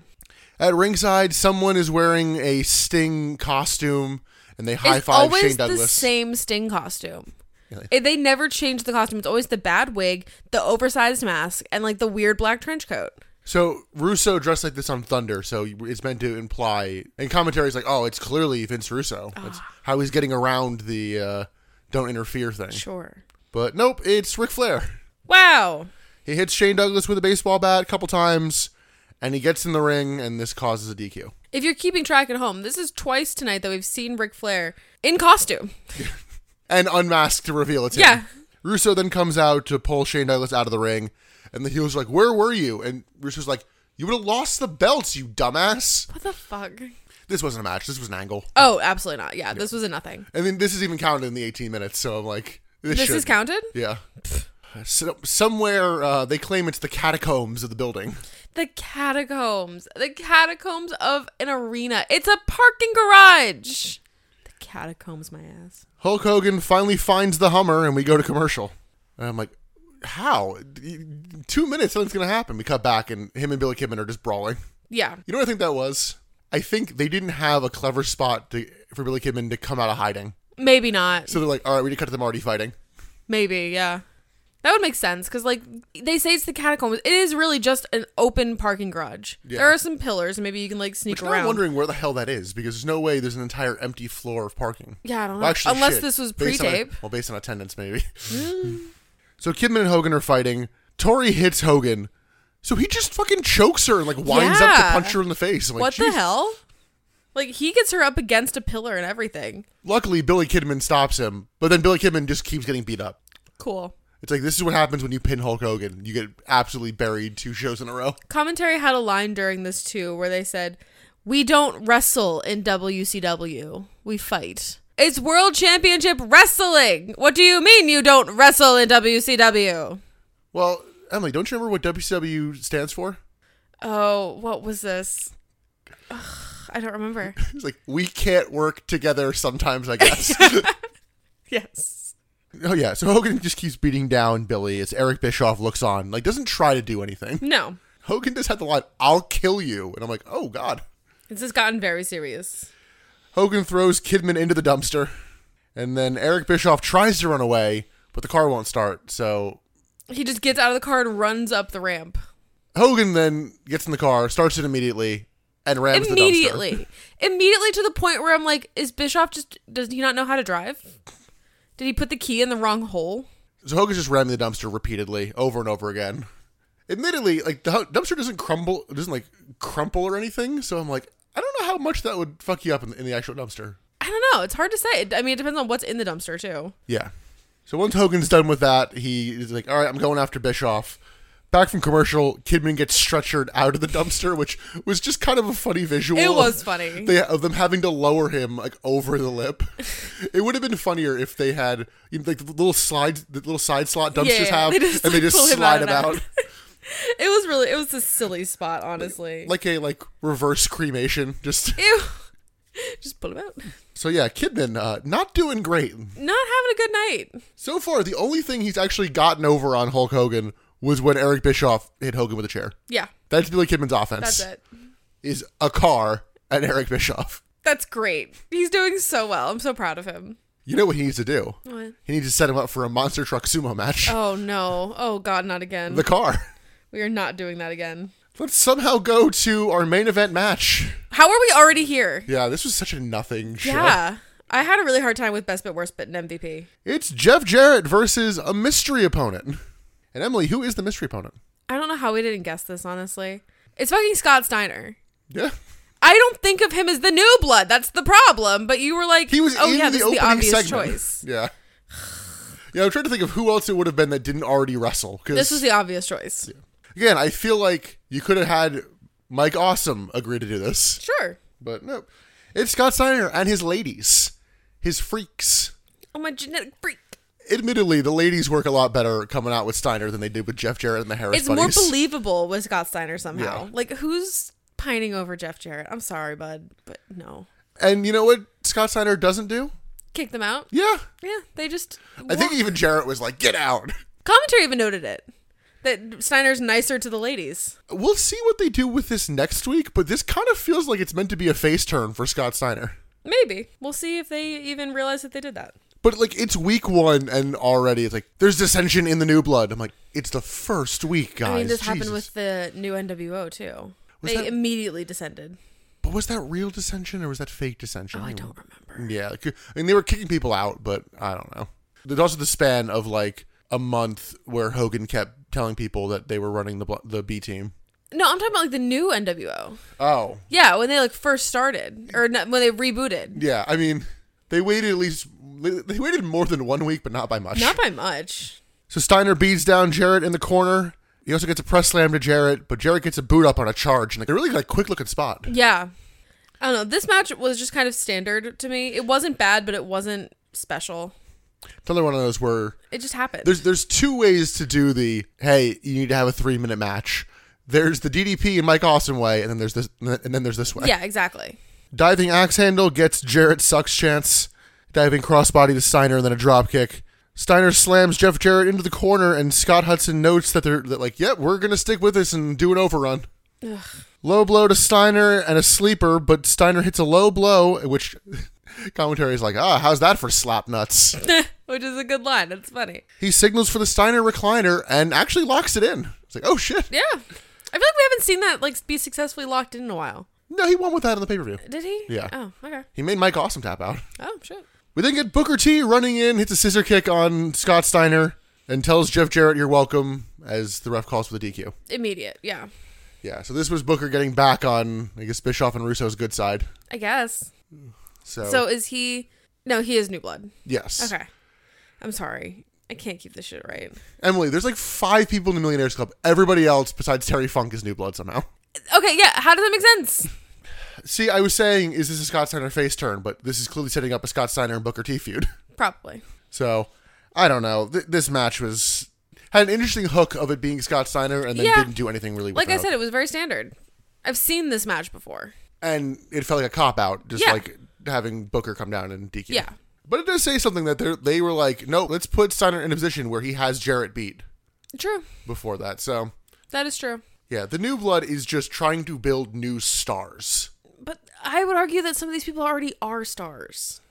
Speaker 1: At ringside, someone is wearing a Sting costume, and they high
Speaker 2: it's
Speaker 1: five
Speaker 2: always
Speaker 1: Shane
Speaker 2: the
Speaker 1: Douglas.
Speaker 2: same Sting costume.
Speaker 1: Really?
Speaker 2: It- They never change the costume. It's always the bad wig, the oversized mask, and like the weird black trench coat.
Speaker 1: So Russo dressed like this on Thunder, so it's meant to imply. And commentary is like, "Oh, it's clearly Vince Russo. That's
Speaker 2: Ah.
Speaker 1: how he's getting around the uh, don't interfere thing."
Speaker 2: Sure.
Speaker 1: But nope, it's Ric Flair.
Speaker 2: Wow.
Speaker 1: He hits Shane Douglas with a baseball bat a couple times, and he gets in the ring, and this causes a DQ.
Speaker 2: If you're keeping track at home, this is twice tonight that we've seen Ric Flair in costume.
Speaker 1: and unmasked to reveal it's him.
Speaker 2: Yeah.
Speaker 1: Russo then comes out to pull Shane Douglas out of the ring, and the heels are like, "Where were you?" And Russo's like, "You would have lost the belts, you dumbass."
Speaker 2: What the fuck?
Speaker 1: This wasn't a match. This was an angle.
Speaker 2: Oh, absolutely not. Yeah, this was a nothing.
Speaker 1: And then this is even counted in the 18 minutes. So I'm like, "This,
Speaker 2: This
Speaker 1: should-
Speaker 2: is counted?
Speaker 1: Yeah. So, somewhere uh, they claim it's the catacombs of the building.
Speaker 2: The catacombs. The catacombs of an arena. It's a parking garage. The catacombs, my ass.
Speaker 1: Hulk Hogan finally finds the Hummer, and we go to commercial. And I'm like, "How? Two minutes? Something's gonna happen." We cut back, and him and Billy Kidman are just brawling.
Speaker 2: Yeah.
Speaker 1: You know what I think that was? I think they didn't have a clever spot to, for Billy Kidman to come out of hiding.
Speaker 2: Maybe not.
Speaker 1: So they're like, all right, we need to cut to them already fighting.
Speaker 2: Maybe, yeah. That would make sense because, like, they say it's the catacombs. It is really just an open parking garage. There are some pillars. Maybe you can, like, sneak
Speaker 1: Now I'm
Speaker 2: around.
Speaker 1: wondering where the hell that is because there's no way there's an entire empty floor of parking.
Speaker 2: yeah, I don't know.
Speaker 1: Well, actually,
Speaker 2: Uh-huh. Unless
Speaker 1: shit.
Speaker 2: this was Mm. pre
Speaker 1: Based on-
Speaker 2: tape.
Speaker 1: well, based on attendance, maybe. so Kidman and Hogan are fighting. Tori hits Hogan. So he just fucking chokes her and like winds up to
Speaker 2: Yeah.
Speaker 1: punch her in the face. I'm like,
Speaker 2: What the
Speaker 1: "Jesus."
Speaker 2: hell? Like, he gets her up against a pillar and everything.
Speaker 1: Luckily, Billy Kidman stops him, but then Billy Kidman just keeps getting beat up.
Speaker 2: Cool.
Speaker 1: It's like this is what happens when you pin Hulk Hogan. You get absolutely buried two shows in a row.
Speaker 2: commentary had a line during this too where they said, "We don't wrestle in WCW. We fight." It's World Championship Wrestling. What do you mean you don't wrestle in WCW?
Speaker 1: Well, Emily, don't you remember what WCW stands for?
Speaker 2: Oh, what was this? Ugh, I don't remember.
Speaker 1: It's like we can't work together sometimes, I guess.
Speaker 2: yes.
Speaker 1: oh yeah, so Hogan just keeps beating down Billy as Eric Bischoff looks on, like doesn't try to do anything.
Speaker 2: No.
Speaker 1: Hogan just had the line, "I'll kill you," and I'm like, "Oh God."
Speaker 2: This has gotten very serious.
Speaker 1: Hogan throws Kidman into the dumpster, and then Eric Bischoff tries to run away, but the car won't start. So
Speaker 2: He just gets out of the car and runs up the ramp.
Speaker 1: Hogan then gets in the car, starts it immediately, and rams the dumpster.
Speaker 2: Immediately. Immediately to the point where I'm like, is Bischoff just does he not know how to drive? Did he put the key in the wrong hole?
Speaker 1: So Hogan's just ramming the dumpster repeatedly, over and over again. Admittedly, like the hu- dumpster doesn't crumble, it doesn't like crumple or anything. So I'm like, I don't know how much that would fuck you up in the, in the actual dumpster.
Speaker 2: I don't know. It's hard to say. I mean, it depends on what's in the dumpster too.
Speaker 1: Yeah. So once Hogan's done with that, he is like, all right, I'm going after Bischoff. Back from commercial, Kidman gets stretchered out of the dumpster, which was just kind of a funny visual.
Speaker 2: It
Speaker 1: of-
Speaker 2: was funny.
Speaker 1: They, of them having to lower him like over the lip. it would have been funnier if they had you know, like the little slide, the little side slot dumpsters
Speaker 2: Yeah,
Speaker 1: have,
Speaker 2: they just,
Speaker 1: and they
Speaker 2: like,
Speaker 1: just
Speaker 2: pull him
Speaker 1: slide
Speaker 2: out
Speaker 1: him
Speaker 2: and
Speaker 1: out.
Speaker 2: out. It was really. It was a silly spot, honestly.
Speaker 1: like a like reverse cremation just
Speaker 2: ew. Just pull him out.
Speaker 1: So yeah, Kidman uh, not doing great
Speaker 2: Not having a good night.
Speaker 1: so far. The only thing he's actually gotten over on Hulk Hogan was when Eric Bischoff hit Hogan with a chair.
Speaker 2: Yeah,
Speaker 1: That's Billy Kidman's offense.
Speaker 2: that's it.
Speaker 1: Is a car and Eric Bischoff.
Speaker 2: That's great. He's doing so well. I'm so proud of him.
Speaker 1: You know what he needs to do?
Speaker 2: What?
Speaker 1: He needs to set him up for a monster truck sumo match.
Speaker 2: Oh no. Oh god, not again.
Speaker 1: The car.
Speaker 2: we are not doing that again.
Speaker 1: Let's somehow go to our main event match.
Speaker 2: How are we already here?
Speaker 1: Yeah, this was such a nothing show.
Speaker 2: Yeah. I had a really hard time with best bit worst bit and MVP.
Speaker 1: It's Jeff Jarrett versus a mystery opponent. And Emily, who is the mystery opponent?
Speaker 2: I don't know how we didn't guess this, honestly. It's fucking Scott Steiner.
Speaker 1: Yeah.
Speaker 2: I don't think of him as the new blood. That's the problem. But you were like,
Speaker 1: He was
Speaker 2: oh
Speaker 1: in
Speaker 2: yeah,
Speaker 1: the
Speaker 2: this is
Speaker 1: opening
Speaker 2: the obvious
Speaker 1: segment.
Speaker 2: choice.
Speaker 1: Yeah. Yeah, I'm trying to think of who else it would have been that didn't already wrestle. Because
Speaker 2: This was the obvious choice.
Speaker 1: again, I feel like you could have had Mike Awesome agree to do this,
Speaker 2: Sure.
Speaker 1: but no. It's Scott Steiner and his ladies, his freaks.
Speaker 2: Oh my genetic freak.
Speaker 1: Admittedly, the ladies work a lot better coming out with Steiner than they did with Jeff Jarrett and the Harris
Speaker 2: It's more
Speaker 1: buddies.
Speaker 2: believable with Scott Steiner somehow.
Speaker 1: Yeah.
Speaker 2: Like who's pining over Jeff Jarrett? I'm sorry, bud, but no.
Speaker 1: and you know what Scott Steiner doesn't do?
Speaker 2: Kick them out.
Speaker 1: Yeah,
Speaker 2: Yeah, they just.
Speaker 1: I think even Jarrett was like, "Get out."
Speaker 2: commentary even noted it that Steiner's nicer to the ladies.
Speaker 1: We'll see what they do with this next week, but this kind of feels like it's meant to be a face turn for Scott Steiner.
Speaker 2: Maybe we'll see if they even realize that they did that.
Speaker 1: But like it's week one and already it's like there's dissension in the new blood. I'm like, it's the first week, guys.
Speaker 2: I mean, this happened
Speaker 1: Jesus.
Speaker 2: with the new NWO too.
Speaker 1: Was
Speaker 2: they
Speaker 1: that-
Speaker 2: immediately descended.
Speaker 1: But was that real dissension or was that fake dissension?
Speaker 2: Oh, I don't remember.
Speaker 1: Yeah, like, I mean they were kicking people out, but I don't know. There's also the span of like a month where Hogan kept telling people that they were running the blo- the B team.
Speaker 2: No, I'm talking about like the new NWO.
Speaker 1: Oh,
Speaker 2: Yeah, when they like first started, or not, when they rebooted.
Speaker 1: yeah. I mean, they waited at least they waited more than one week, but not by much.
Speaker 2: Not by much.
Speaker 1: So Steiner beats down Jarrett in the corner. He also gets a press slam to Jarrett, but Jarrett gets a boot up on a charge, and like a really like quick looking spot.
Speaker 2: Yeah, I don't know. This match was just kind of standard to me. It wasn't bad, but it wasn't special.
Speaker 1: It's another one of those where
Speaker 2: It just happened.
Speaker 1: there's there's two ways to do the hey you need to have a three minute match. There's the DDP and Mike Austin way, and then there's this and then there's this way.
Speaker 2: yeah, exactly.
Speaker 1: Diving axe handle gets Jarrett sucks chance. Diving crossbody to Steiner and then a drop kick. Steiner slams Jeff Jarrett into the corner, and Scott Hudson notes that they're that like, yep, we're gonna stick with this and do an overrun. Low blow to Steiner and a sleeper, but Steiner hits a low blow, which commentary is like, ah, how's that for slap nuts?
Speaker 2: Which is a good line. That's funny.
Speaker 1: he signals for the Steiner recliner and actually locks it in. It's like, oh shit.
Speaker 2: Yeah. I feel like we haven't seen that like be successfully locked in, in a while.
Speaker 1: No, he won with that in the pay per view.
Speaker 2: Did he?
Speaker 1: Yeah.
Speaker 2: Oh, okay.
Speaker 1: He made Mike Awesome tap out.
Speaker 2: Oh shit.
Speaker 1: We then get Booker T running in, hits a scissor kick on Scott Steiner, and tells Jeff Jarrett, "You're welcome," as the ref calls for the DQ.
Speaker 2: Immediate, yeah.
Speaker 1: Yeah, so this was Booker getting back on, I guess Bischoff and Russo's good side.
Speaker 2: I guess.
Speaker 1: So,
Speaker 2: So is he No, he is new blood.
Speaker 1: yes,
Speaker 2: Okay. I'm sorry. I can't keep this shit right.
Speaker 1: Emily, there's like five people in the Millionaires Club. Everybody else besides Terry Funk is New Blood somehow.
Speaker 2: Okay, yeah, how does that make sense?
Speaker 1: See, I was saying, is this a Scott Steiner face turn? But this is clearly setting up a Scott Steiner and Booker T feud.
Speaker 2: Probably.
Speaker 1: So, I don't know. Th- this match was had an interesting hook of it being Scott Steiner, and then
Speaker 2: Yeah.
Speaker 1: didn't do anything really. With
Speaker 2: Like
Speaker 1: the
Speaker 2: I
Speaker 1: hook.
Speaker 2: said, it was very standard. I've seen this match before.
Speaker 1: and it felt like a cop out, just
Speaker 2: Yeah.
Speaker 1: like having Booker come down and DQ.
Speaker 2: Yeah.
Speaker 1: But it does say something that they they were like, no, let's put Steiner in a position where he has Jarrett beat
Speaker 2: True.
Speaker 1: before that. So
Speaker 2: That is true.
Speaker 1: yeah, the new blood is just trying to build new stars,
Speaker 2: But I would argue that some of these people already are stars.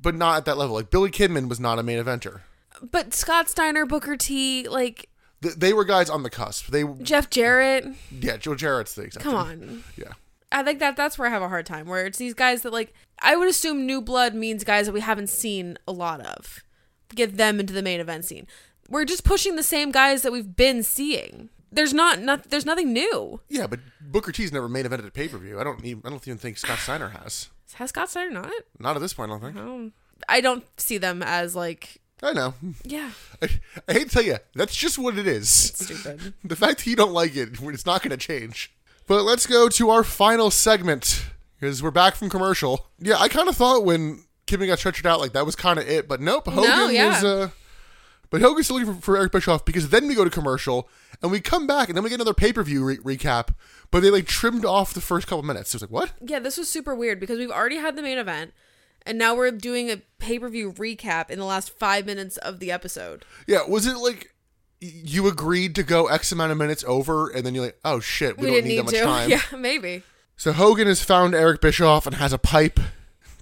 Speaker 1: but not at that level. Like Billy Kidman was not a main eventer.
Speaker 2: But Scott Steiner, Booker T, like
Speaker 1: Th- they were guys on the cusp. They
Speaker 2: Jeff Jarrett.
Speaker 1: yeah, Joe Jarrett's the exception.
Speaker 2: Come on.
Speaker 1: Yeah.
Speaker 2: I think that that's where I have a hard time. Where it's these guys that like I would assume new blood means guys that we haven't seen a lot of. Get them into the main event scene. We're just pushing the same guys that we've been seeing. There's not, not there's nothing new.
Speaker 1: Yeah, but Booker T's never main evented a pay per view. I don't even, I don't even think Scott Steiner has.
Speaker 2: Has Scott Steiner not?
Speaker 1: Not at this point, I don't think.
Speaker 2: Um, I don't see them as like
Speaker 1: I know.
Speaker 2: yeah,
Speaker 1: I, I hate to tell you, that's just what it is.
Speaker 2: stupid.
Speaker 1: The fact that you don't like it, it's not going to change. But let's go to our final segment because we're back from commercial. Yeah, I kind of thought when Kimmy got stretchered out, like that was kind of it, but nope. Hogan
Speaker 2: yeah.
Speaker 1: is uh, But Hogan's still looking for, for Eric Bischoff because then we go to commercial and we come back and then we get another pay per view re- recap. But they like trimmed off the first couple minutes. So it's like, what?
Speaker 2: Yeah, this was super weird because we've already had the main event, and now we're doing a pay per view recap in the last five minutes of the episode.
Speaker 1: Yeah, was it like y- you agreed to go X amount of minutes over and then you're like, oh shit, we, don't need, that much time.
Speaker 2: Yeah, maybe.
Speaker 1: So Hogan has found Eric Bischoff and has a pipe.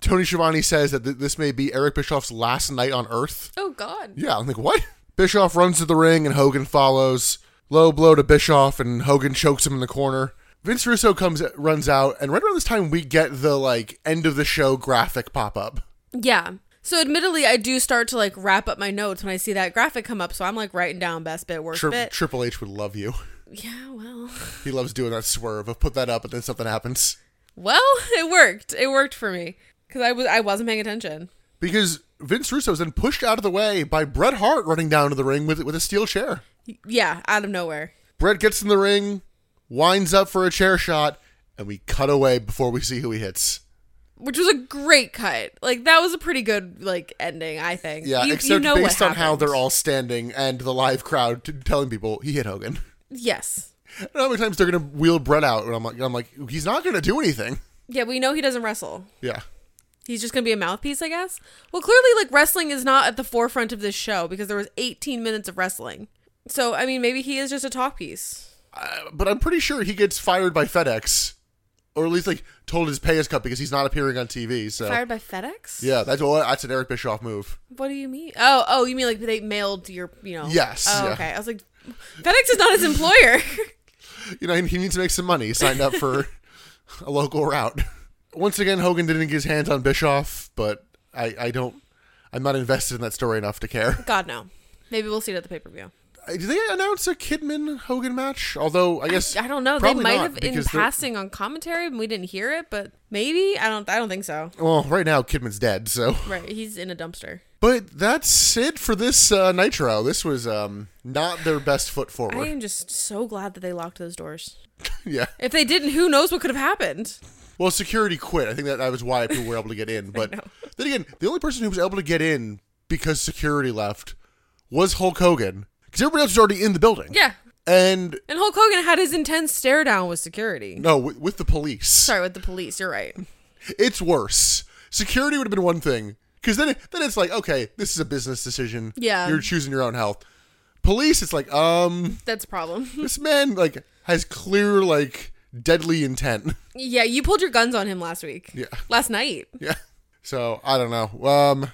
Speaker 1: Tony Schiavone says that th- this may be Eric Bischoff's last night on Earth.
Speaker 2: Oh God.
Speaker 1: Yeah, I'm like, what? Bischoff runs to the ring and Hogan follows. Low blow to Bischoff and Hogan chokes him in the corner. Vince Russo comes runs out, and right around this time we get the like end of the show graphic pop up.
Speaker 2: Yeah. So admittedly, I do start to like wrap up my notes when I see that graphic come up. So I'm like writing down best bit, worst
Speaker 1: Tri-
Speaker 2: bit.
Speaker 1: Triple H would love you.
Speaker 2: yeah. Well.
Speaker 1: He loves doing that swerve of put that up and then something happens.
Speaker 2: Well, it worked. It worked for me because I was I wasn't paying attention.
Speaker 1: Because Vince Russo is then pushed out of the way by Bret Hart running down to the ring with with a steel chair.
Speaker 2: Yeah, out of nowhere.
Speaker 1: Bret gets in the ring, winds up for a chair shot, and we cut away before we see who he hits.
Speaker 2: Which was a great cut. Like that was a pretty good like ending, I think.
Speaker 1: Yeah,
Speaker 2: You- you
Speaker 1: except
Speaker 2: know what
Speaker 1: based on how
Speaker 2: happened.
Speaker 1: they're all standing and the live crowd t- telling people he hit Hogan.
Speaker 2: Yes.
Speaker 1: I don't know how many times they're gonna wheel Brett out, and I'm like, I'm like, he's not gonna do anything.
Speaker 2: Yeah, we know he doesn't wrestle.
Speaker 1: Yeah,
Speaker 2: He's just gonna be a mouthpiece, I guess. Well, clearly, like wrestling is not at the forefront of this show because there was 18 minutes of wrestling. So I mean, maybe he is just a talk piece.
Speaker 1: uh, but I'm pretty sure he gets fired by FedEx, or at least like told his pay is cut because he's not appearing on TV. So
Speaker 2: Fired by FedEx.
Speaker 1: yeah, that's well, that's an Eric Bischoff move.
Speaker 2: What do you mean? Oh, oh, you mean like they mailed your, you know?
Speaker 1: Yes,
Speaker 2: Oh,
Speaker 1: yeah.
Speaker 2: okay. I was like, FedEx is not his employer.
Speaker 1: You know, he, he needs to make some money. He signed up for a local route. Once again, Hogan didn't get his hands on Bischoff, but I, I don't, I'm not invested in that story enough to care.
Speaker 2: God no. Maybe we'll see it at the pay per view.
Speaker 1: Uh, Did they announce a Kidman Hogan match? Although I guess
Speaker 2: I don't know. They
Speaker 1: probably
Speaker 2: might
Speaker 1: not,
Speaker 2: have in
Speaker 1: because they're-
Speaker 2: passing on commentary, and we didn't hear it. But maybe I don't. I don't think so.
Speaker 1: Well, right now Kidman's dead, so.
Speaker 2: Right? He's in a dumpster.
Speaker 1: But that's it for this uh, Nitro. This was um, not their best foot
Speaker 2: I
Speaker 1: forward.
Speaker 2: am just so glad that they locked those doors.
Speaker 1: yeah.
Speaker 2: If they didn't, who knows what could have happened?
Speaker 1: Well, security quit. I think that, that was why people were able to get in. But
Speaker 2: know.
Speaker 1: then again, the only person who was able to get in because security left was Hulk Hogan, because everybody else was already in the building.
Speaker 2: Yeah.
Speaker 1: And
Speaker 2: And Hulk Hogan had his intense stare down with security.
Speaker 1: no, with, with the police.
Speaker 2: Sorry, with the police. You're right.
Speaker 1: It's worse. Security would have been one thing, because then it, then it's like, okay, this is a business decision.
Speaker 2: Yeah.
Speaker 1: you're choosing your own health. Police, it's like, um,
Speaker 2: That's a problem.
Speaker 1: this man like has clear like deadly intent.
Speaker 2: yeah, you pulled your guns on him last week.
Speaker 1: Yeah.
Speaker 2: Last night.
Speaker 1: yeah. So I don't know. Um,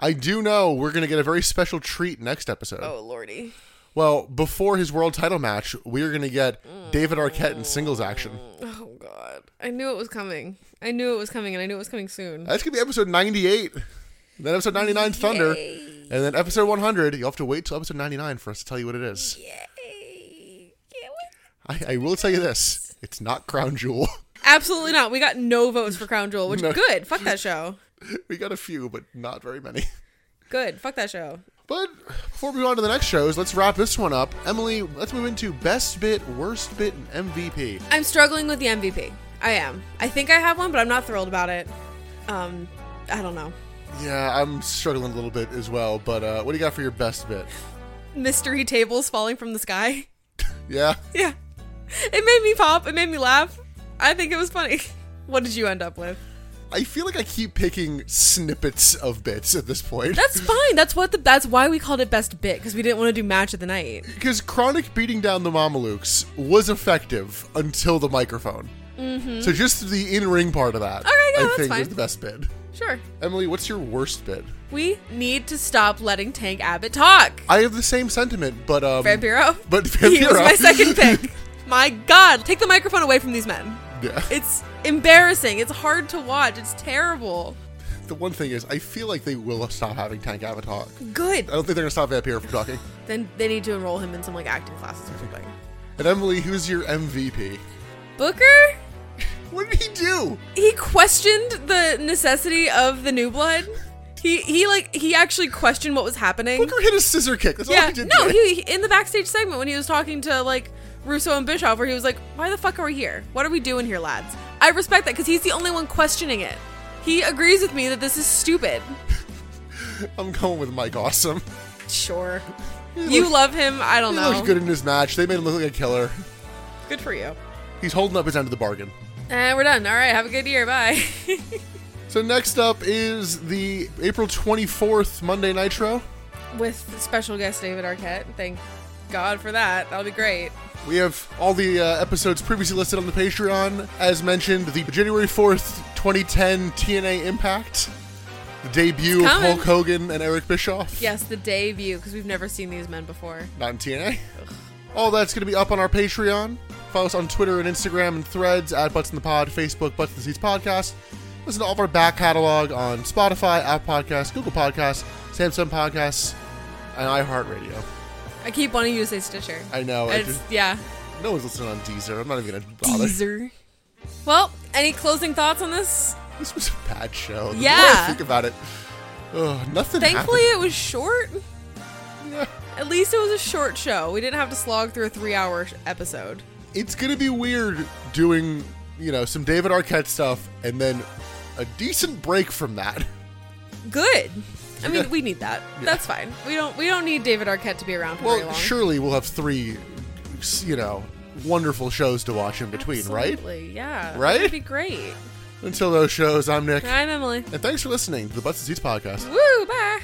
Speaker 1: I do know we're gonna get a very special treat next episode.
Speaker 2: Oh, lordy.
Speaker 1: Well, before his world title match, we are gonna get David Arquette in singles action.
Speaker 2: Oh, God. I knew it was coming. I knew it was coming, and I knew it was coming soon.
Speaker 1: That's gonna be episode ninety eight. Then episode ninety nine, Thunder.
Speaker 2: Yay.
Speaker 1: And then episode 100, you'll have to wait till episode 99 for us to tell you what it is.
Speaker 2: Yay. Can't wait.
Speaker 1: I, I will tell you this it's not Crown Jewel.
Speaker 2: Absolutely not. We got no votes for Crown Jewel, which
Speaker 1: No.
Speaker 2: good. Fuck that show.
Speaker 1: we got a few, but not very many.
Speaker 2: Good. Fuck that show.
Speaker 1: But before we go on to the next shows, let's wrap this one up. Emily, let's move into best bit, worst bit, and MVP.
Speaker 2: I'm struggling with the MVP. I am. I think I have one, but I'm not thrilled about it. Um, I don't know.
Speaker 1: Yeah, I'm struggling a little bit as well, but uh, what do you got for your best bit?
Speaker 2: mystery tables falling from the sky.
Speaker 1: Yeah?
Speaker 2: Yeah. It made me pop. It made me laugh. I think it was funny. What did you end up with?
Speaker 1: I feel like I keep picking snippets of bits at this point.
Speaker 2: That's fine. That's what the that's why we called it best bit because we didn't want to do match of the night.
Speaker 1: Because Chronic beating down the Mamelukes was effective until the microphone. So just the in-ring part of that,
Speaker 2: Mm-hmm. right, yeah,
Speaker 1: I
Speaker 2: that's
Speaker 1: think, was
Speaker 2: fine.
Speaker 1: the best bit.
Speaker 2: Sure.
Speaker 1: Emily, what's your worst bit?
Speaker 2: We need to stop letting Tank Abbott talk.
Speaker 1: I have the same sentiment, but um,
Speaker 2: Vampiro.
Speaker 1: But
Speaker 2: He was
Speaker 1: Vampiro.
Speaker 2: my second pick. my God, take the microphone away from these men.
Speaker 1: Yeah.
Speaker 2: It's embarrassing. It's hard to watch. It's terrible.
Speaker 1: The one thing is, I feel like they will stop having Tank Abbott talk.
Speaker 2: Good.
Speaker 1: I don't think they're gonna stop Vampiro from talking.
Speaker 2: Then they need to enroll him in some like acting classes or something.
Speaker 1: And Emily, who's your MVP?
Speaker 2: Booker,
Speaker 1: What did he do?
Speaker 2: he questioned the necessity of the new blood. He he like he actually questioned what was happening.
Speaker 1: Booker hit a scissor kick. That's all
Speaker 2: Yeah,
Speaker 1: he did.
Speaker 2: no,
Speaker 1: today.
Speaker 2: he he- in the backstage segment when he was talking to like Russo and Bischoff, where he was like, "Why the fuck are we here? What are we doing here, lads?" I respect that because he's the only one questioning it. He agrees with me that this is stupid.
Speaker 1: I'm going with Mike Awesome.
Speaker 2: Sure. You love him. I don't
Speaker 1: He
Speaker 2: know.
Speaker 1: looked good in his match. They made him look like a killer.
Speaker 2: Good for you.
Speaker 1: He's holding up his end of the bargain.
Speaker 2: And we're done. All right. Have a good year. Bye.
Speaker 1: So next up is the April 24th Monday Nitro.
Speaker 2: With special guest David Arquette. Thank God for that. That'll be great.
Speaker 1: We have all the uh, episodes previously listed on the Patreon. As mentioned, the January 4th, 2010 TNA Impact, the debut of
Speaker 2: It's coming.
Speaker 1: Hulk Hogan and Eric Bischoff.
Speaker 2: Yes, the debut because we've never seen these men before.
Speaker 1: Not in TNA. All that's going to be up on our Patreon. Follow us on Twitter and Instagram and threads at Butts in the Pod, Facebook, Butts in the Seats Podcast. Listen to all of our back catalog on Spotify, App Podcasts, Google Podcasts, Samsung Podcasts, and iHeartRadio.
Speaker 2: I keep wanting you to say Stitcher.
Speaker 1: I know. I
Speaker 2: And it's,
Speaker 1: just,
Speaker 2: yeah.
Speaker 1: no one's listening on Deezer. I'm not even going to bother.
Speaker 2: Deezer. Well, any closing thoughts on this?
Speaker 1: This was a bad show. The more I
Speaker 2: Yeah.
Speaker 1: think about it. Ugh, nothing
Speaker 2: Thankfully, it was short.
Speaker 1: happened. Yeah.
Speaker 2: At least it was a short show. We didn't have to slog through a three-hour sh- episode.
Speaker 1: It's going to be weird doing, you know, some David Arquette stuff and then a decent break from that.
Speaker 2: Good.
Speaker 1: Yeah.
Speaker 2: I mean, we need that. That's fine. We don't. We don't need David Arquette to be around for very
Speaker 1: Well,
Speaker 2: long.
Speaker 1: surely we'll have three, you know, wonderful shows to watch in between, right?
Speaker 2: Absolutely, Yeah.
Speaker 1: Right?
Speaker 2: That'd be great.
Speaker 1: Until those shows, I'm Nick.
Speaker 2: I'm Emily.
Speaker 1: And thanks for listening to the Butts and Seats Podcast.
Speaker 2: Woo! Bye.